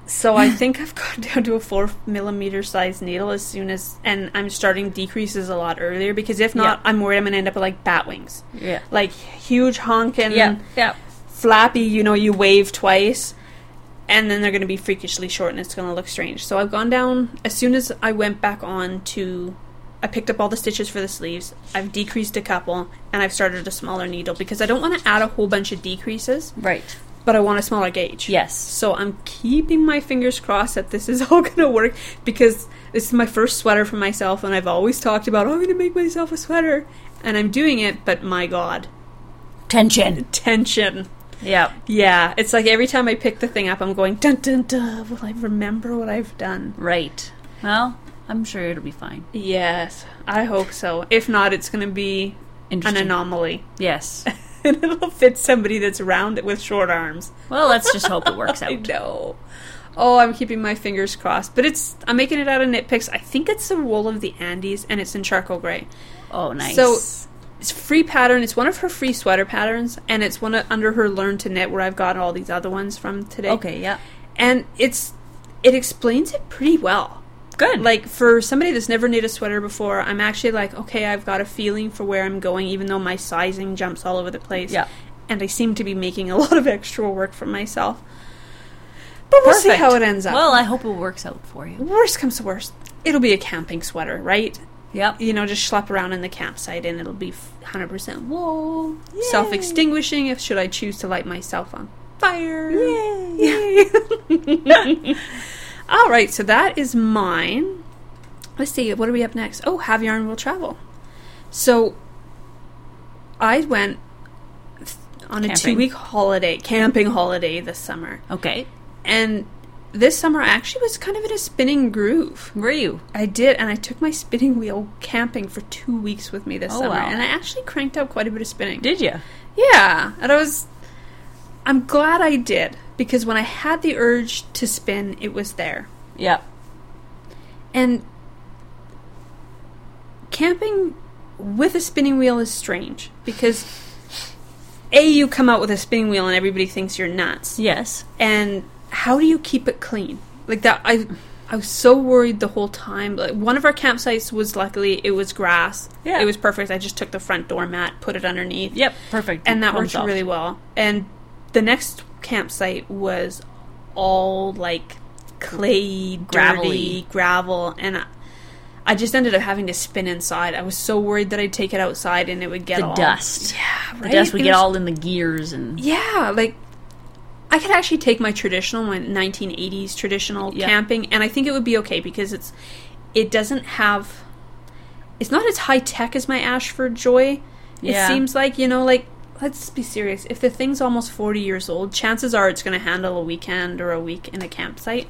[SPEAKER 1] So I think I've gone down to a four millimeter size needle as soon as, and I'm starting decreases a lot earlier because if not,
[SPEAKER 2] Yeah.
[SPEAKER 1] I'm worried I'm going to end up with like bat wings.
[SPEAKER 2] Yeah.
[SPEAKER 1] Like huge honking.
[SPEAKER 2] Yeah. Yeah.
[SPEAKER 1] flappy, you know, you wave twice, and then they're going to be freakishly short and it's going to look strange. So I've gone down, as soon as I went back on to, I picked up all the stitches for the sleeves, I've decreased a couple, and I've started a smaller needle because I don't want to add a whole bunch of decreases,
[SPEAKER 2] Right.
[SPEAKER 1] but I want a smaller gauge.
[SPEAKER 2] Yes.
[SPEAKER 1] So I'm keeping my fingers crossed that this is all going to work because this is my first sweater for myself, and I've always talked about, oh, I'm going to make myself a sweater. And I'm doing it, but my god,
[SPEAKER 2] Tension.
[SPEAKER 1] tension.
[SPEAKER 2] Yeah.
[SPEAKER 1] Yeah, it's like every time I pick the thing up, I'm going dun dun dun. Will I remember what I've done?
[SPEAKER 2] Right. Well, I'm sure it'll be fine.
[SPEAKER 1] Yes, I hope so. If not, it's going to be an
[SPEAKER 2] Interesting.
[SPEAKER 1] anomaly,
[SPEAKER 2] yes.
[SPEAKER 1] and it'll fit somebody that's round with short arms.
[SPEAKER 2] Well, let's just hope it works
[SPEAKER 1] I
[SPEAKER 2] out.
[SPEAKER 1] know. Oh, I'm keeping my fingers crossed. But it's I'm making it out of knit picks. I think it's the wool of the Andes, and it's in charcoal gray.
[SPEAKER 2] Oh, nice.
[SPEAKER 1] So it's free pattern. It's one of her free sweater patterns, and it's one of, under her learn to knit where I've gotten all these other ones from today.
[SPEAKER 2] okay. Yeah.
[SPEAKER 1] and it's it explains it pretty well.
[SPEAKER 2] Good.
[SPEAKER 1] Like for somebody that's never knit a sweater before, I'm actually like, okay, I've got a feeling for where I'm going, even though my sizing jumps all over the place.
[SPEAKER 2] Yeah.
[SPEAKER 1] and I seem to be making a lot of extra work for myself. But we'll see how it ends up.
[SPEAKER 2] Well, I hope it works out for you.
[SPEAKER 1] worst comes to worst, it'll be a camping sweater, right?
[SPEAKER 2] Yep.
[SPEAKER 1] You know, just schlep around in the campsite and it'll be 100% wool,
[SPEAKER 2] Yay.
[SPEAKER 1] self-extinguishing if should I choose to light myself on fire.
[SPEAKER 2] Yay.
[SPEAKER 1] All right, so that is mine. Let's see, what are we up next? Oh, Have Yarn Will Travel. So I went th- on a
[SPEAKER 2] Camping.
[SPEAKER 1] two week holiday, camping holiday this summer.
[SPEAKER 2] okay.
[SPEAKER 1] And this summer I actually was kind of in a spinning groove.
[SPEAKER 2] Were you?
[SPEAKER 1] I did, and I took my spinning wheel camping for two weeks with me this
[SPEAKER 2] Oh,
[SPEAKER 1] summer.
[SPEAKER 2] wow.
[SPEAKER 1] And I actually cranked out quite a bit of spinning.
[SPEAKER 2] Did you?
[SPEAKER 1] Yeah, and I was. I'm glad I did because when I had the urge to spin, it was there.
[SPEAKER 2] Yep.
[SPEAKER 1] And camping with a spinning wheel is strange because a you come out with a spinning wheel and everybody thinks you're nuts.
[SPEAKER 2] Yes.
[SPEAKER 1] And how do you keep it clean? Like that, I I was so worried the whole time. Like one of our campsites was luckily it was grass.
[SPEAKER 2] Yeah.
[SPEAKER 1] it was perfect. I just took the front door mat, put it underneath
[SPEAKER 2] Yep. Perfect.
[SPEAKER 1] and that
[SPEAKER 2] Problem
[SPEAKER 1] worked
[SPEAKER 2] solved.
[SPEAKER 1] really well. And the next campsite was all like clay,
[SPEAKER 2] Gravelly.
[SPEAKER 1] dirty gravel, and I, I just ended up having to spin inside. I was so worried that I'd take it outside and it would get
[SPEAKER 2] The
[SPEAKER 1] all
[SPEAKER 2] dust.
[SPEAKER 1] Yeah, right.
[SPEAKER 2] The dust would
[SPEAKER 1] It
[SPEAKER 2] get
[SPEAKER 1] was-
[SPEAKER 2] all in the gears and
[SPEAKER 1] Yeah, like I could actually take my traditional, my 1980s traditional
[SPEAKER 2] Yeah.
[SPEAKER 1] camping, and I think it would be okay because it's it doesn't have it's not as high tech as my Ashford Joy.
[SPEAKER 2] Yeah.
[SPEAKER 1] It seems like you know, like let's be serious. If the thing's almost 40 years old, chances are it's going to handle a weekend or a week in a campsite.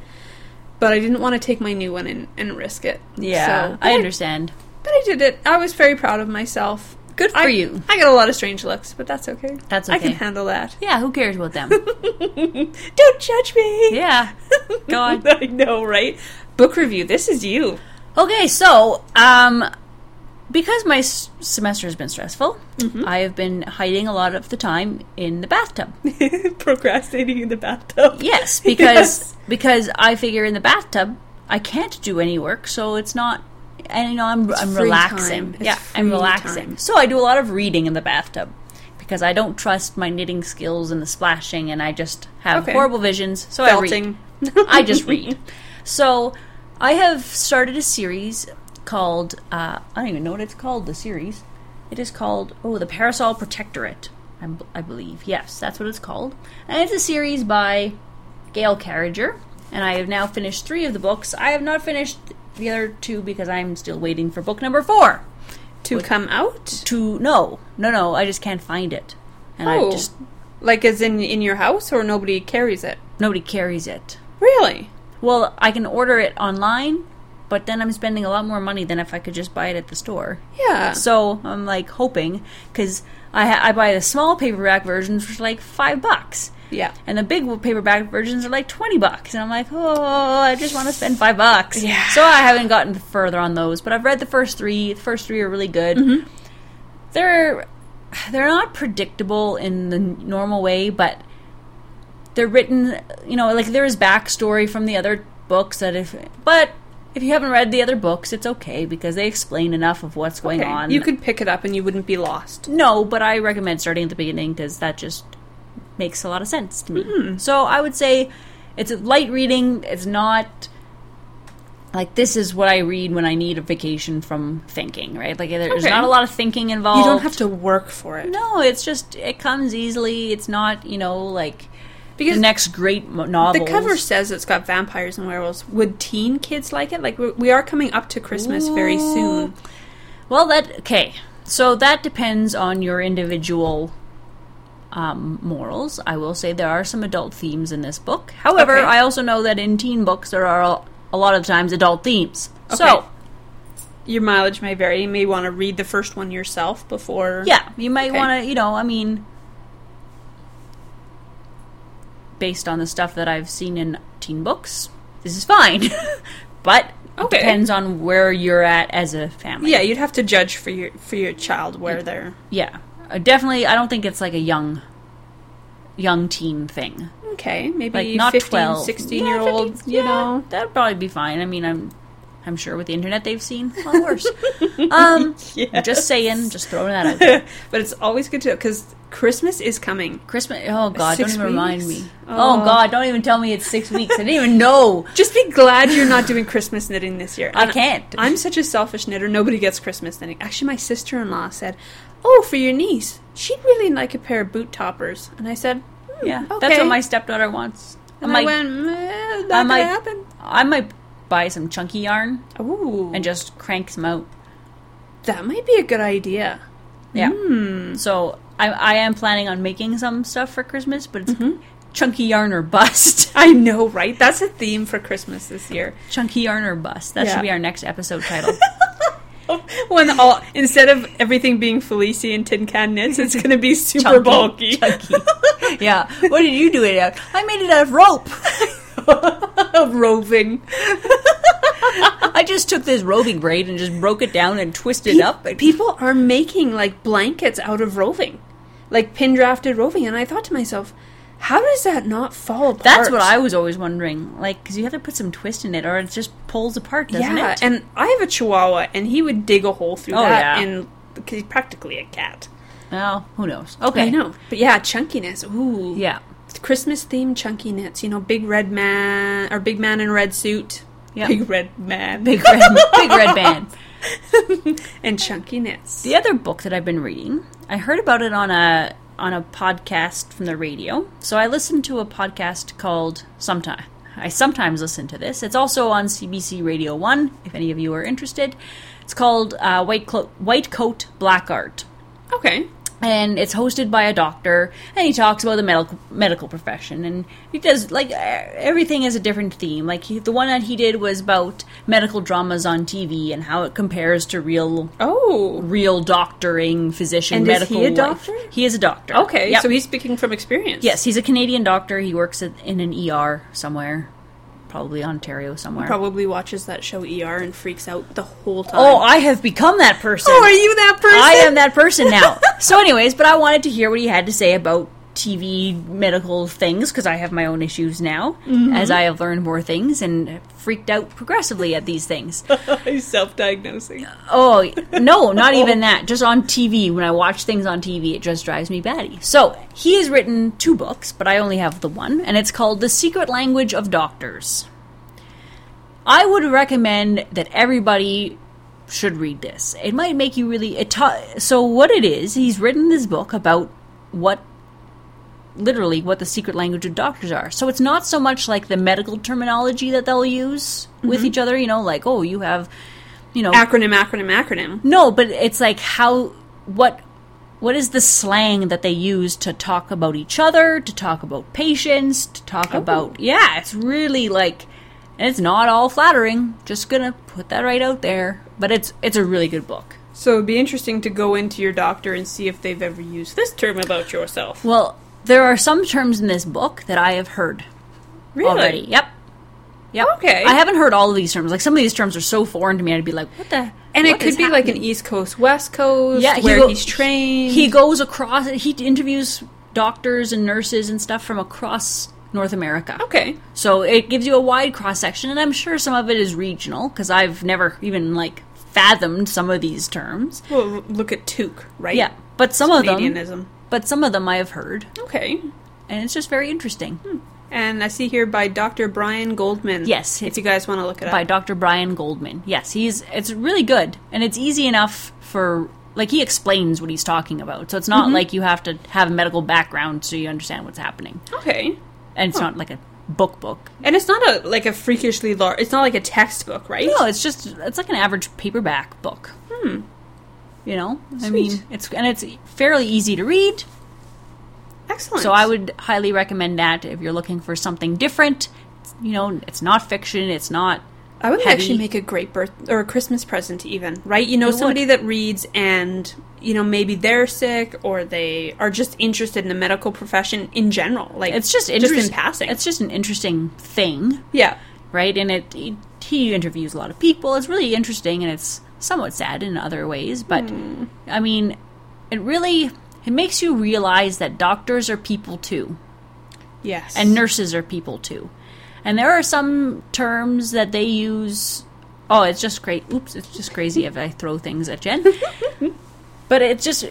[SPEAKER 1] But I didn't want to take my new one and, and risk it. so,
[SPEAKER 2] I
[SPEAKER 1] but
[SPEAKER 2] understand.
[SPEAKER 1] But I did it. I was very proud of myself.
[SPEAKER 2] Good for
[SPEAKER 1] I,
[SPEAKER 2] you.
[SPEAKER 1] I got a lot of strange looks, but that's okay.
[SPEAKER 2] That's
[SPEAKER 1] I can
[SPEAKER 2] okay.
[SPEAKER 1] handle that.
[SPEAKER 2] Yeah, who cares about them?
[SPEAKER 1] Don't judge me.
[SPEAKER 2] yeah. God.
[SPEAKER 1] I know, right? Book review. This is you.
[SPEAKER 2] Okay, so um, because my s- semester has been stressful,
[SPEAKER 1] Mm-hmm.
[SPEAKER 2] I have been hiding a lot of the time in the bathtub.
[SPEAKER 1] Procrastinating in the bathtub.
[SPEAKER 2] Yes, because because I figure in the bathtub I can't do any work, so it's not. And you know, I'm I'm
[SPEAKER 1] free time.
[SPEAKER 2] relaxing.
[SPEAKER 1] It's
[SPEAKER 2] Yeah, I'm
[SPEAKER 1] free
[SPEAKER 2] relaxing.
[SPEAKER 1] time.
[SPEAKER 2] So I do a lot of reading in the bathtub because I don't trust my knitting skills and the splashing, and I just have
[SPEAKER 1] Okay.
[SPEAKER 2] horrible visions. So I read.
[SPEAKER 1] Belting.
[SPEAKER 2] I just read. So I have started a series called uh, I don't even know what it's called. The series it is called oh the Parasol Protectorate. I, b- I believe yes, that's what it's called, and it's a series by Gail Carriger. And I have now finished three of the books. I have not finished the other two because I'm still waiting for book number four
[SPEAKER 1] to come out.
[SPEAKER 2] to no no no I just can't find it, and I
[SPEAKER 1] Oh,
[SPEAKER 2] just
[SPEAKER 1] like as in in your house, or nobody carries it.
[SPEAKER 2] nobody carries it.
[SPEAKER 1] Really?
[SPEAKER 2] Well, I can order it online, but then I'm spending a lot more money than if I could just buy it at the store.
[SPEAKER 1] Yeah.
[SPEAKER 2] So I'm like hoping because I ha- I buy the small paperback versions for like five bucks,
[SPEAKER 1] yeah.
[SPEAKER 2] and the big paperback versions are like twenty bucks, and I'm like, oh, I just want to spend five bucks.
[SPEAKER 1] Yeah.
[SPEAKER 2] So I haven't gotten further on those, but I've read the first three. The first three are really good.
[SPEAKER 1] Mm-hmm.
[SPEAKER 2] They're they're not predictable in the normal way, but they're written, you know, like there is backstory from the other books that if, but if you haven't read the other books, it's okay because they explain enough of what's going
[SPEAKER 1] Okay.
[SPEAKER 2] on.
[SPEAKER 1] You could pick it up and you wouldn't be lost.
[SPEAKER 2] no, but I recommend starting at the beginning because that just makes a lot of sense to me.
[SPEAKER 1] Hmm.
[SPEAKER 2] So I would say it's a light reading. It's not like this is what I read when I need a vacation from thinking, right? Like there- there's
[SPEAKER 1] Okay.
[SPEAKER 2] not a lot of thinking involved.
[SPEAKER 1] You don't have to work for it.
[SPEAKER 2] No, it's just it comes easily. It's not you know like
[SPEAKER 1] Because
[SPEAKER 2] the next great mo- novels.
[SPEAKER 1] The cover says it's got vampires and werewolves. Would teen kids like it? Like we- we are coming up to Christmas very soon.
[SPEAKER 2] Well, that okay. So that depends on your individual um, morals. I will say there are some adult themes in this book. However,
[SPEAKER 1] Okay.
[SPEAKER 2] I also know that in teen books there are a- a lot of times adult themes.
[SPEAKER 1] Okay.
[SPEAKER 2] So
[SPEAKER 1] Your mileage may vary. You may want to read the first one yourself before.
[SPEAKER 2] yeah, you might
[SPEAKER 1] Okay.
[SPEAKER 2] want to you know I mean, based on the stuff that I've seen in teen books, this is fine. but it
[SPEAKER 1] Okay.
[SPEAKER 2] depends on where you're at as a family.
[SPEAKER 1] Yeah, you'd have to judge for your for your child where they're
[SPEAKER 2] Yeah, Uh, definitely. I don't think it's like a young, young teen thing.
[SPEAKER 1] okay, maybe
[SPEAKER 2] Like not
[SPEAKER 1] 15,
[SPEAKER 2] 12.
[SPEAKER 1] 16
[SPEAKER 2] Yeah,
[SPEAKER 1] year
[SPEAKER 2] 15,
[SPEAKER 1] olds, you
[SPEAKER 2] yeah,
[SPEAKER 1] know.
[SPEAKER 2] that'd probably be fine. I mean, I'm, I'm sure with the internet they've seen a lot worse. um, just saying, just throwing that out. There.
[SPEAKER 1] but it's always good to because Christmas is coming.
[SPEAKER 2] Christmas. Oh God,
[SPEAKER 1] Six
[SPEAKER 2] don't even remind
[SPEAKER 1] weeks?
[SPEAKER 2] me. Oh.
[SPEAKER 1] Oh.
[SPEAKER 2] God, don't even tell me it's six weeks. I didn't even know.
[SPEAKER 1] Just be glad you're not doing Christmas knitting this year.
[SPEAKER 2] I
[SPEAKER 1] And
[SPEAKER 2] can't.
[SPEAKER 1] I'm such a selfish knitter. Nobody gets Christmas knitting. Actually, my sister in law said, "Oh, for your niece, she'd really like a pair of boot toppers." And I said, "Hmm,
[SPEAKER 2] yeah,
[SPEAKER 1] okay.
[SPEAKER 2] that's what my stepdaughter wants.
[SPEAKER 1] And
[SPEAKER 2] I
[SPEAKER 1] I
[SPEAKER 2] might,
[SPEAKER 1] went, "Eh, not
[SPEAKER 2] I
[SPEAKER 1] gonna
[SPEAKER 2] might-
[SPEAKER 1] happen."
[SPEAKER 2] I might buy some chunky yarn
[SPEAKER 1] Ooh,
[SPEAKER 2] and just crank some out.
[SPEAKER 1] that might be a good idea. Hmm.
[SPEAKER 2] Yeah.
[SPEAKER 1] Mm.
[SPEAKER 2] So I, I am planning on making some stuff for Christmas, but it's
[SPEAKER 1] Mm-hmm.
[SPEAKER 2] chunky yarn or bust.
[SPEAKER 1] I know, right? That's a theme for Christmas this year.
[SPEAKER 2] chunky yarn or bust. That
[SPEAKER 1] Yeah.
[SPEAKER 2] should be our next episode title.
[SPEAKER 1] when all instead of everything being Felici and tin can knits, it's going to be super
[SPEAKER 2] Chunky,
[SPEAKER 1] bulky.
[SPEAKER 2] chunky. yeah. What did you do it out? I made it out of rope.
[SPEAKER 1] Roving.
[SPEAKER 2] I just took this roving braid and just broke it down and twisted it up. and-
[SPEAKER 1] People are making like blankets out of roving, like pin drafted roving, and I thought to myself, how does that not fall apart?
[SPEAKER 2] That's what I was always wondering. Like, because you have to put some twist in it, or it just pulls apart, doesn't
[SPEAKER 1] yeah,
[SPEAKER 2] it?
[SPEAKER 1] and I have a Chihuahua, and he would dig a hole through
[SPEAKER 2] Oh,
[SPEAKER 1] that,
[SPEAKER 2] yeah.
[SPEAKER 1] and because he's practically a cat.
[SPEAKER 2] well, who knows? Okay.
[SPEAKER 1] I know, but yeah, chunkiness. Ooh,
[SPEAKER 2] Yeah.
[SPEAKER 1] Christmas themed chunky knits. You know, big red man or big man in red suit.
[SPEAKER 2] Yep.
[SPEAKER 1] Big red man.
[SPEAKER 2] Big red, big red band.
[SPEAKER 1] and chunky knits.
[SPEAKER 2] The other book that I've been reading, I heard about it on a on a podcast from the radio. So I listened to a podcast called Sometime. I sometimes listen to this. It's also on CBC Radio One. If any of you are interested, it's called uh, White Clo- White Coat Black Art
[SPEAKER 1] Okay.
[SPEAKER 2] and it's hosted by a doctor and he talks about the medical medical profession and he does like e- everything is a different theme like he, the one that he did was about medical dramas on TV and how it compares to real
[SPEAKER 1] Oh.
[SPEAKER 2] real doctoring physician
[SPEAKER 1] And is
[SPEAKER 2] medical
[SPEAKER 1] he a
[SPEAKER 2] life.
[SPEAKER 1] doctor?
[SPEAKER 2] he is a doctor
[SPEAKER 1] Okay.
[SPEAKER 2] Yep.
[SPEAKER 1] So he's speaking from experience.
[SPEAKER 2] yes he's a Canadian doctor he works at, in an ER somewhere probably Ontario somewhere
[SPEAKER 1] Probably watches that show ER and freaks out the whole time.
[SPEAKER 2] oh I have become that person
[SPEAKER 1] Oh, are you that person?
[SPEAKER 2] I am that person now. so, anyways, but I wanted to hear what he had to say about TV medical things because I have my own issues now,
[SPEAKER 1] Mm-hmm.
[SPEAKER 2] as I have learned more things and freaked out progressively at these things.
[SPEAKER 1] He's self-diagnosing.
[SPEAKER 2] Oh no, not even that. Just on TV, when I watch things on TV, it just drives me batty. So he has written two books, but I only have the one, and it's called "The Secret Language of Doctors." I would recommend that everybody should read this. It might make you really. It ta- so what it is, he's written this book about what literally what the secret language of doctors are. So it's not so much like the medical terminology that they'll use with each other. You know, like oh, you have. You know,
[SPEAKER 1] Acronym, acronym, acronym.
[SPEAKER 2] no, but it's like how what what is the slang that they use to talk about each other, to talk about patients, to talk
[SPEAKER 1] Oh.
[SPEAKER 2] about yeah, it's really like and it's not all flattering. Just gonna put that right out there. But it's it's a really good book.
[SPEAKER 1] So it'd be interesting to go into your doctor and see if they've ever used this term about yourself.
[SPEAKER 2] Well, there are some terms in this book that I have heard
[SPEAKER 1] Really?
[SPEAKER 2] already. Yep. Yep.
[SPEAKER 1] Okay.
[SPEAKER 2] I haven't heard all of these terms. Like some of these terms are so foreign to me, I'd be like, what the
[SPEAKER 1] And it
[SPEAKER 2] what
[SPEAKER 1] could
[SPEAKER 2] is
[SPEAKER 1] be like
[SPEAKER 2] happening?
[SPEAKER 1] an East Coast, West Coast,
[SPEAKER 2] yeah, he
[SPEAKER 1] where
[SPEAKER 2] go-
[SPEAKER 1] he's trained.
[SPEAKER 2] He goes across. He interviews doctors and nurses and stuff from across North America.
[SPEAKER 1] okay.
[SPEAKER 2] So it gives you a wide cross section, and I'm sure some of it is regional because I've never even like fathomed some of these terms.
[SPEAKER 1] Well, l- look at Took, right?
[SPEAKER 2] Yeah, but some of them,
[SPEAKER 1] Canadianism.
[SPEAKER 2] but some of them I have heard,
[SPEAKER 1] Okay.
[SPEAKER 2] and it's just very interesting.
[SPEAKER 1] Hmm. And I see here by Dr. Brian Goldman.
[SPEAKER 2] Yes,
[SPEAKER 1] If
[SPEAKER 2] it's-
[SPEAKER 1] you guys want to look it up.
[SPEAKER 2] by Dr. Brian Goldman. Yes, he's it's really good and it's easy enough for like he explains what he's talking about. So it's not
[SPEAKER 1] Mm-hmm.
[SPEAKER 2] like you have to have a medical background so you understand what's happening.
[SPEAKER 1] Okay.
[SPEAKER 2] And it's not like a book book.
[SPEAKER 1] And it's not a like a freakishly large. It's not like a textbook, right?
[SPEAKER 2] No, it's just it's like an average paperback book. Hmm. You know? I mean,
[SPEAKER 1] Sweet.
[SPEAKER 2] it's and it's fairly easy to read.
[SPEAKER 1] Excellent.
[SPEAKER 2] So I would highly recommend that if you're looking for something different. It's- You know, it's not fiction, it's not
[SPEAKER 1] I would
[SPEAKER 2] heavy.
[SPEAKER 1] actually make a great birth or a Christmas present, even right? You know,
[SPEAKER 2] would.
[SPEAKER 1] somebody that reads and you know maybe they're sick or they are just interested in the medical profession in general. Like
[SPEAKER 2] it's just
[SPEAKER 1] just in
[SPEAKER 2] interest-
[SPEAKER 1] passing.
[SPEAKER 2] It's just an interesting thing.
[SPEAKER 1] yeah.
[SPEAKER 2] right? And it he, he interviews a lot of people. It's really interesting, and it's somewhat sad in other ways. But
[SPEAKER 1] Hmm.
[SPEAKER 2] I mean, it really it makes you realize that doctors are people too,
[SPEAKER 1] Yes.
[SPEAKER 2] and nurses are people too, and there are some terms that they use. Oh, it's just great. Oops, it's just crazy if I throw things at Jen. but it's just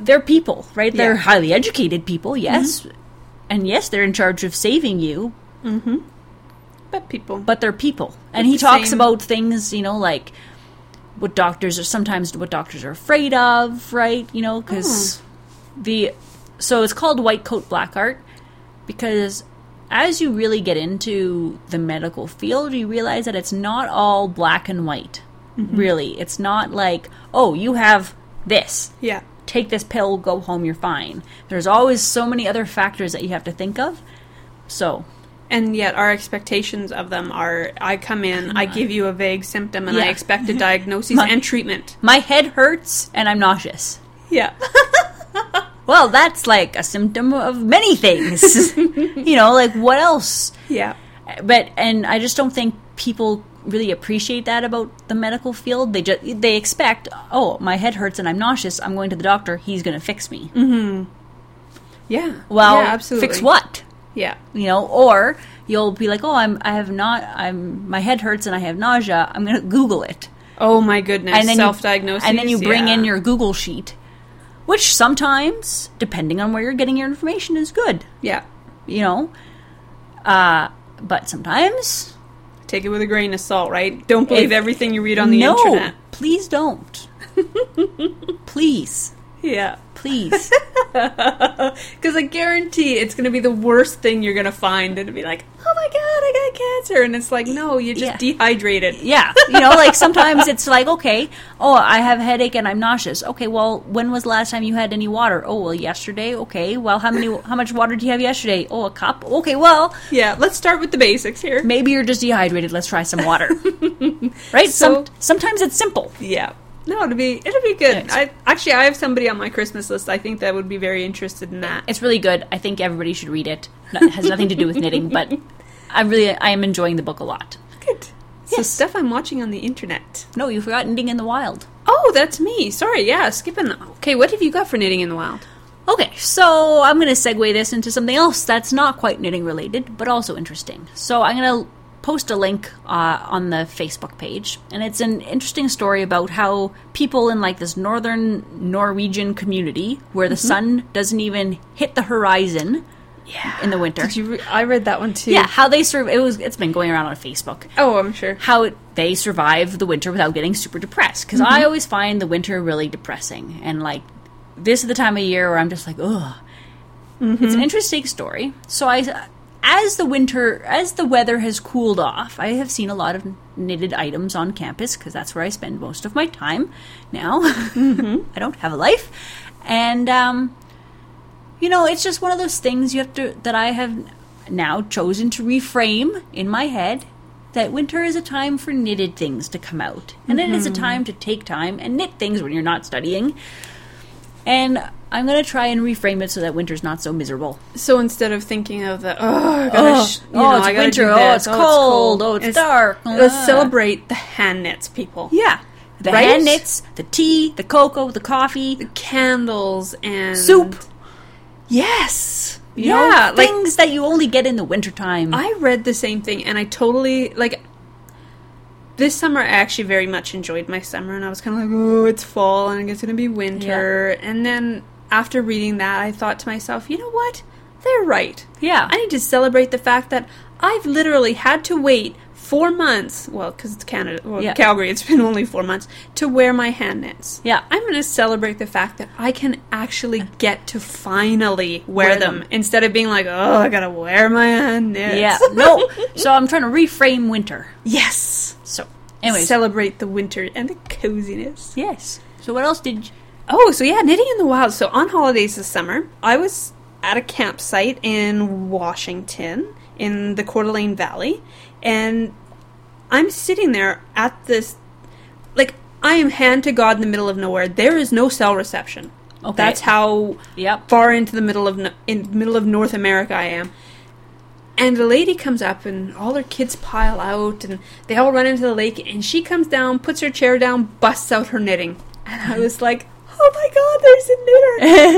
[SPEAKER 2] they're people, right? They're
[SPEAKER 1] Yeah. Mm-hmm.
[SPEAKER 2] highly educated people, yes, and yes, they're in charge of saving you,
[SPEAKER 1] but people.
[SPEAKER 2] but they're people. And he
[SPEAKER 1] the
[SPEAKER 2] talks
[SPEAKER 1] same-
[SPEAKER 2] about things, you know, like what doctors are sometimes what doctors are afraid of, right? You know, because
[SPEAKER 1] Hmm.
[SPEAKER 2] the so it's called white coat black art because as you really get into the medical field, you realize that it's not all black and white.
[SPEAKER 1] Mm-hmm.
[SPEAKER 2] Really, it's not like oh, you have this.
[SPEAKER 1] yeah.
[SPEAKER 2] Take this pill, go home, you're fine. There's always so many other factors that you have to think of. So,
[SPEAKER 1] And yet, our expectations of them are: I come in, I give you a vague symptom, and I
[SPEAKER 2] Yeah.
[SPEAKER 1] expect a diagnosis
[SPEAKER 2] My-
[SPEAKER 1] and treatment.
[SPEAKER 2] my head hurts and I'm nauseous.
[SPEAKER 1] Yeah.
[SPEAKER 2] Well, that's like a symptom of many things. you know, like what else?
[SPEAKER 1] yeah.
[SPEAKER 2] But and I just don't think people really appreciate that about the medical field. They just they expect, "Oh, my head hurts and I'm nauseous. I'm going to the doctor. He's going to fix me."
[SPEAKER 1] Yeah.
[SPEAKER 2] Well,
[SPEAKER 1] Yeah, absolutely.
[SPEAKER 2] fix what?
[SPEAKER 1] Yeah.
[SPEAKER 2] You know, or you'll be like, "Oh, I'm I have not I'm my head hurts and I have nausea. I'm going to google it."
[SPEAKER 1] Oh my goodness.
[SPEAKER 2] and then
[SPEAKER 1] self
[SPEAKER 2] you,
[SPEAKER 1] diagnosis.
[SPEAKER 2] and then you bring in your Google sheet, which sometimes, depending on where you're getting your information, is good.
[SPEAKER 1] yeah.
[SPEAKER 2] You know, uh, but sometimes
[SPEAKER 1] Take it with a grain of salt, right? Don't believe
[SPEAKER 2] It-
[SPEAKER 1] everything you read on the
[SPEAKER 2] no,
[SPEAKER 1] internet.
[SPEAKER 2] please don't. please,
[SPEAKER 1] Yeah.
[SPEAKER 2] please.
[SPEAKER 1] Because I guarantee it's going to be the worst thing you're going to find. It'll be like, oh my god, I got cancer. And it's like, no, you're just
[SPEAKER 2] Yeah.
[SPEAKER 1] dehydrated.
[SPEAKER 2] Yeah, you know, like sometimes it's like, okay, oh, I have a headache and I'm nauseous. Okay, well, when was the last time you had any water? Oh, well, yesterday. Okay, well, how many, how much water do you have yesterday? Oh, a cup. Okay, well,
[SPEAKER 1] Yeah, let's start with the basics here.
[SPEAKER 2] maybe you're just dehydrated. Let's try some water. right?
[SPEAKER 1] So-
[SPEAKER 2] Some, sometimes it's simple.
[SPEAKER 1] Yeah. No, it'll be it'll be good.
[SPEAKER 2] Nice.
[SPEAKER 1] I actually I have somebody on my Christmas list I think that would be very interested in that.
[SPEAKER 2] It's really good. I think everybody should read it. No- It has nothing to do with knitting, but I really, I am enjoying the book a lot.
[SPEAKER 1] Good. So stuff I'm watching on the internet.
[SPEAKER 2] No, you forgot knitting in the wild.
[SPEAKER 1] Oh, that's me. Sorry, yeah, skipping. Okay, what have you got for knitting in the wild?
[SPEAKER 2] Okay, so I'm going to segue this into something else that's not quite knitting related, but also interesting. So I'm going to post a link uh, on the Facebook page, and it's an interesting story about how people in like this northern Norwegian community where
[SPEAKER 1] Mm-hmm.
[SPEAKER 2] the sun doesn't even hit the horizon
[SPEAKER 1] Yeah.
[SPEAKER 2] in the winter.
[SPEAKER 1] Did you? Re- I read that one too.
[SPEAKER 2] yeah, how they serve it was it's been going around on Facebook
[SPEAKER 1] Oh, I'm sure.
[SPEAKER 2] how it, they survive the winter without getting super depressed. Because I always find the winter really depressing. And like, this is the time of year where I'm just like, ugh. It's an interesting story. So I, as the winter, as the weather has cooled off, I have seen a lot of knitted items on campus because that's where I spend most of my time now. I don't have a life, and um, you know, it's just one of those things you have to that I have now chosen to reframe in my head that winter is a time for knitted things to come out. And it
[SPEAKER 1] Mm-hmm.
[SPEAKER 2] is a time to take time and knit things when you're not studying. And I'm going to try and reframe it so that winter's not so miserable.
[SPEAKER 1] So instead of thinking of the oh, I gotta
[SPEAKER 2] Oh,
[SPEAKER 1] sh-
[SPEAKER 2] oh, it's winter, oh, it's cold, oh, it's dark,
[SPEAKER 1] Let's
[SPEAKER 2] ah.
[SPEAKER 1] celebrate the hand knits, people.
[SPEAKER 2] Yeah. The
[SPEAKER 1] Right? Mm-hmm.
[SPEAKER 2] hand knits, the tea, the cocoa, the coffee, the
[SPEAKER 1] Candles and
[SPEAKER 2] soup.
[SPEAKER 1] Yes.
[SPEAKER 2] You
[SPEAKER 1] yeah.
[SPEAKER 2] know,
[SPEAKER 1] like
[SPEAKER 2] things that you only get in the wintertime.
[SPEAKER 1] I read the same thing, and I totally like. This summer, I actually very much enjoyed my summer, and I was kind of like, "Oh, it's fall, and it's going to be winter." And then after reading that, I thought to myself, "You know what? They're right.
[SPEAKER 2] Yeah.
[SPEAKER 1] I need to celebrate the fact that I've literally had to wait four months. Well, because it's Canada, well,
[SPEAKER 2] Yeah.
[SPEAKER 1] Calgary, it's been only four months to wear my hand knits.
[SPEAKER 2] Yeah.
[SPEAKER 1] I'm going to celebrate the fact that I can actually get to finally wear,
[SPEAKER 2] Wear
[SPEAKER 1] them.
[SPEAKER 2] them.
[SPEAKER 1] instead of being like, "Oh, I gotta wear my hand knits."
[SPEAKER 2] yeah. no. So I'm trying to reframe winter.
[SPEAKER 1] Yes.
[SPEAKER 2] So, anyways.
[SPEAKER 1] Celebrate the winter and the coziness.
[SPEAKER 2] yes. So what else did
[SPEAKER 1] Oh, so yeah, knitting in the wild. So on holidays this summer, I was at a campsite in Washington in the Coeur d'Alene Valley, and I'm sitting there at this, like I am hand to God in the middle of nowhere. There is no cell reception.
[SPEAKER 2] Okay.
[SPEAKER 1] That's how
[SPEAKER 2] Yep.
[SPEAKER 1] far into the middle of no- in middle of North America I am. And the lady comes up, and all their kids pile out, and they all run into the lake. And she comes down, puts her chair down, busts out her knitting. And I was like, "Oh my God, there's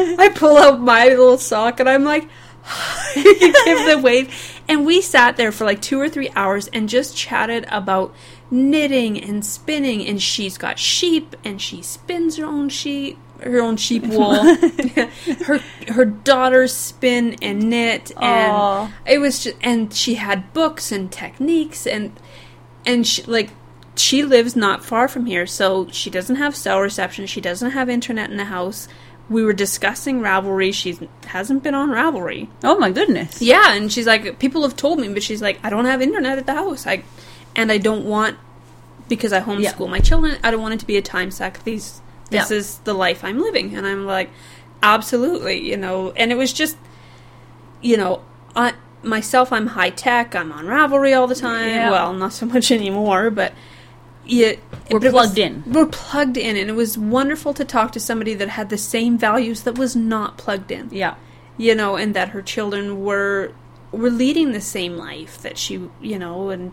[SPEAKER 1] a knitter!" I pull out my little sock, and I'm like, "Give the wave." And we sat there for like two or three hours and just chatted about knitting and spinning. And she's got sheep, and she spins her own sheep, her own sheep wool. her her daughters spin and knit, and
[SPEAKER 2] Aw.
[SPEAKER 1] it was just and she had books and techniques and and she, like she lives not far from here so she doesn't have cell reception she doesn't have internet in the house we were discussing ravelry she hasn't been on ravelry
[SPEAKER 2] Oh my goodness.
[SPEAKER 1] yeah and she's like people have told me but she's like i don't have internet at the house i and i don't want because i homeschool my children i don't want it to be a time suck these this
[SPEAKER 2] Yeah.
[SPEAKER 1] is the life i'm living and i'm like absolutely you know and it was just you know, I myself, I'm high tech. I'm on Ravelry all the time.
[SPEAKER 2] Yeah.
[SPEAKER 1] Well, not so much anymore, but yeah,
[SPEAKER 2] We're
[SPEAKER 1] but it was-
[SPEAKER 2] plugged in.
[SPEAKER 1] We're plugged in, and it was wonderful to talk to somebody that had the same values that was not plugged in.
[SPEAKER 2] Yeah.
[SPEAKER 1] You know, and that her children were were leading the same life that she, you know, and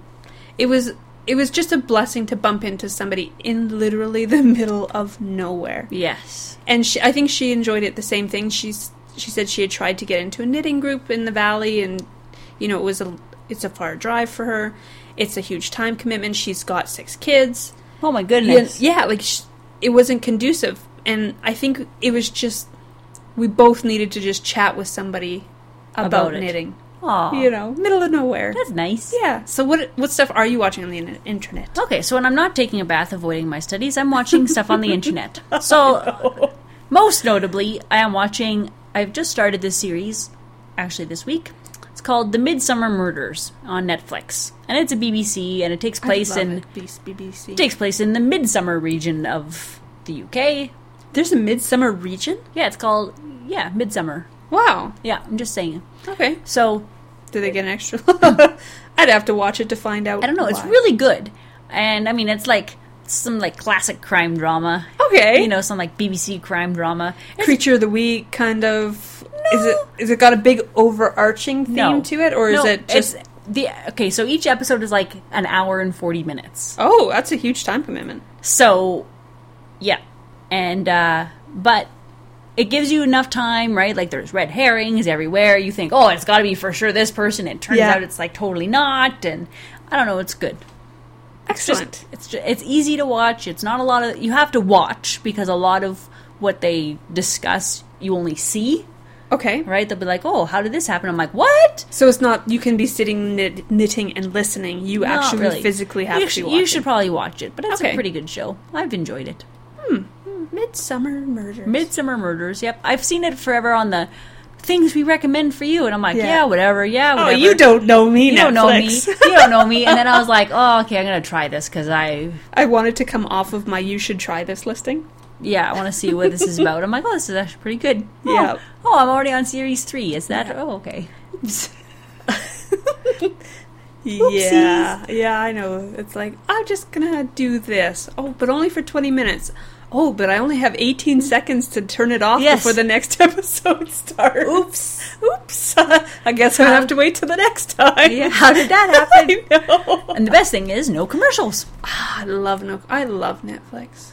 [SPEAKER 1] it was it was just a blessing to bump into somebody in literally the middle of nowhere
[SPEAKER 2] Yes.
[SPEAKER 1] and she, I think she enjoyed it the same thing. She's she said she had tried to get into a knitting group in the valley, and you know it was a it's a far drive for her. It's a huge time commitment. She's got six kids.
[SPEAKER 2] Oh my goodness.
[SPEAKER 1] Yeah, yeah, like sh it wasn't conducive, and I think it was just we both needed to just chat with somebody about,
[SPEAKER 2] About it.
[SPEAKER 1] knitting.
[SPEAKER 2] Aw.
[SPEAKER 1] you know, middle of nowhere.
[SPEAKER 2] That's nice.
[SPEAKER 1] Yeah. So what what stuff are you watching on the in- internet?
[SPEAKER 2] Okay, so when I'm not taking a bath, avoiding my studies, I'm watching stuff on the internet. So, most notably, I am watching. I've just started this series, actually this week. It's called The Midsummer Murders on Netflix, and it's a BBC, and it takes place in
[SPEAKER 1] it. BBC.
[SPEAKER 2] it takes place in the midsummer region of the UK.
[SPEAKER 1] There's a midsummer region.
[SPEAKER 2] Yeah, it's called yeah midsummer.
[SPEAKER 1] Wow.
[SPEAKER 2] Yeah, I'm just saying.
[SPEAKER 1] Okay.
[SPEAKER 2] So
[SPEAKER 1] Do they get an extra? I'd have to watch it to find out.
[SPEAKER 2] I don't know. It's
[SPEAKER 1] why.
[SPEAKER 2] really good, and I mean it's like some like classic crime drama.
[SPEAKER 1] okay.
[SPEAKER 2] You know, some like BBC crime drama. It's
[SPEAKER 1] creature of the week kind of. Is it is it got a big overarching theme
[SPEAKER 2] No.
[SPEAKER 1] to it, or is
[SPEAKER 2] No,
[SPEAKER 1] it just?
[SPEAKER 2] it's the okay? So each episode is like an hour and forty minutes.
[SPEAKER 1] Oh, that's a huge time commitment.
[SPEAKER 2] So yeah, and uh, but it gives you enough time, right? Like there's red herrings everywhere. You think, oh, it's got to be for sure this person. It turns
[SPEAKER 1] Yeah.
[SPEAKER 2] out it's like totally not, and I don't know. It's good. It's just-
[SPEAKER 1] Excellent.
[SPEAKER 2] it's ju- it's easy to watch. It's not a lot of you have to watch because a lot of what they discuss you only see.
[SPEAKER 1] okay.
[SPEAKER 2] Right? They'll be like, "Oh, how did this happen?" I'm like, "What?"
[SPEAKER 1] So it's not you can be sitting knit, knitting and listening. You
[SPEAKER 2] Not
[SPEAKER 1] actually
[SPEAKER 2] really.
[SPEAKER 1] physically have
[SPEAKER 2] you
[SPEAKER 1] to.
[SPEAKER 2] should,
[SPEAKER 1] watch
[SPEAKER 2] you
[SPEAKER 1] it.
[SPEAKER 2] should probably watch it, but it's a
[SPEAKER 1] Okay.
[SPEAKER 2] pretty good show. I've enjoyed it.
[SPEAKER 1] Midsummer Murders.
[SPEAKER 2] Midsummer Murders. Yep, I've seen it forever on the things we recommend for you, and I'm like, yeah,
[SPEAKER 1] Yeah.
[SPEAKER 2] whatever, yeah,
[SPEAKER 1] oh,
[SPEAKER 2] whatever.
[SPEAKER 1] you don't know me.
[SPEAKER 2] You don't know me. You don't know me. And then I was like, oh, okay, I'm gonna try this because I,
[SPEAKER 1] I wanted to come off of my "you should try this" listing.
[SPEAKER 2] yeah, I want to see what this is about. I'm like, oh, this is actually pretty good. Oh,
[SPEAKER 1] Yeah.
[SPEAKER 2] Oh, I'm already on series three. Is that? Oh, okay.
[SPEAKER 1] Yeah, yeah, I know. It's like I'm just gonna do this. Oh, but only for 20 minutes. Oh, but I only have 18 seconds to turn it off
[SPEAKER 2] Mm. Yes.
[SPEAKER 1] before the next episode starts.
[SPEAKER 2] Oops.
[SPEAKER 1] Oops. I guess I
[SPEAKER 2] How-
[SPEAKER 1] have to wait till the next time.
[SPEAKER 2] Yeah. How did that happen?
[SPEAKER 1] I know.
[SPEAKER 2] and the best thing is no commercials.
[SPEAKER 1] I love no- I love Netflix.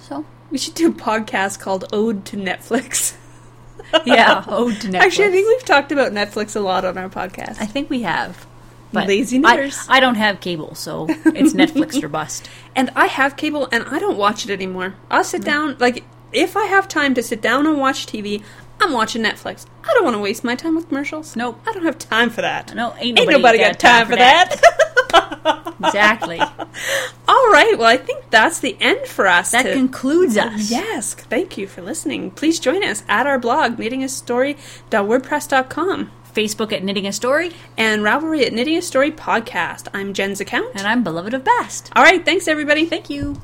[SPEAKER 2] So
[SPEAKER 1] We should do a podcast called Ode to Netflix.
[SPEAKER 2] yeah, oh, to Netflix.
[SPEAKER 1] Actually, I think we've talked about Netflix a lot on our podcast.
[SPEAKER 2] I think we have.
[SPEAKER 1] Lazy
[SPEAKER 2] I-
[SPEAKER 1] knitters.
[SPEAKER 2] I, don't have cable, so it's Netflix or bust.
[SPEAKER 1] And I have cable and I don't watch it anymore. I'll sit down, like, if I have time to sit down and watch TV, I'm watching Netflix. I don't want to waste my time with commercials.
[SPEAKER 2] Nope.
[SPEAKER 1] I don't have time for that.
[SPEAKER 2] No, ain't
[SPEAKER 1] Ain't nobody
[SPEAKER 2] nobody,
[SPEAKER 1] got time for that.
[SPEAKER 2] exactly.
[SPEAKER 1] All right, well, I think that's the end for us.
[SPEAKER 2] That
[SPEAKER 1] to-
[SPEAKER 2] concludes us.
[SPEAKER 1] Yes, thank you for listening. Please join us at our blog, knittingastory.wordpress.com,
[SPEAKER 2] Facebook at Knitting a Story,
[SPEAKER 1] and Ravelry at Knitting a Story Podcast. I'm Jen's account.
[SPEAKER 2] and I'm Beloved of Best.
[SPEAKER 1] All right, thanks, everybody.
[SPEAKER 2] Thank you.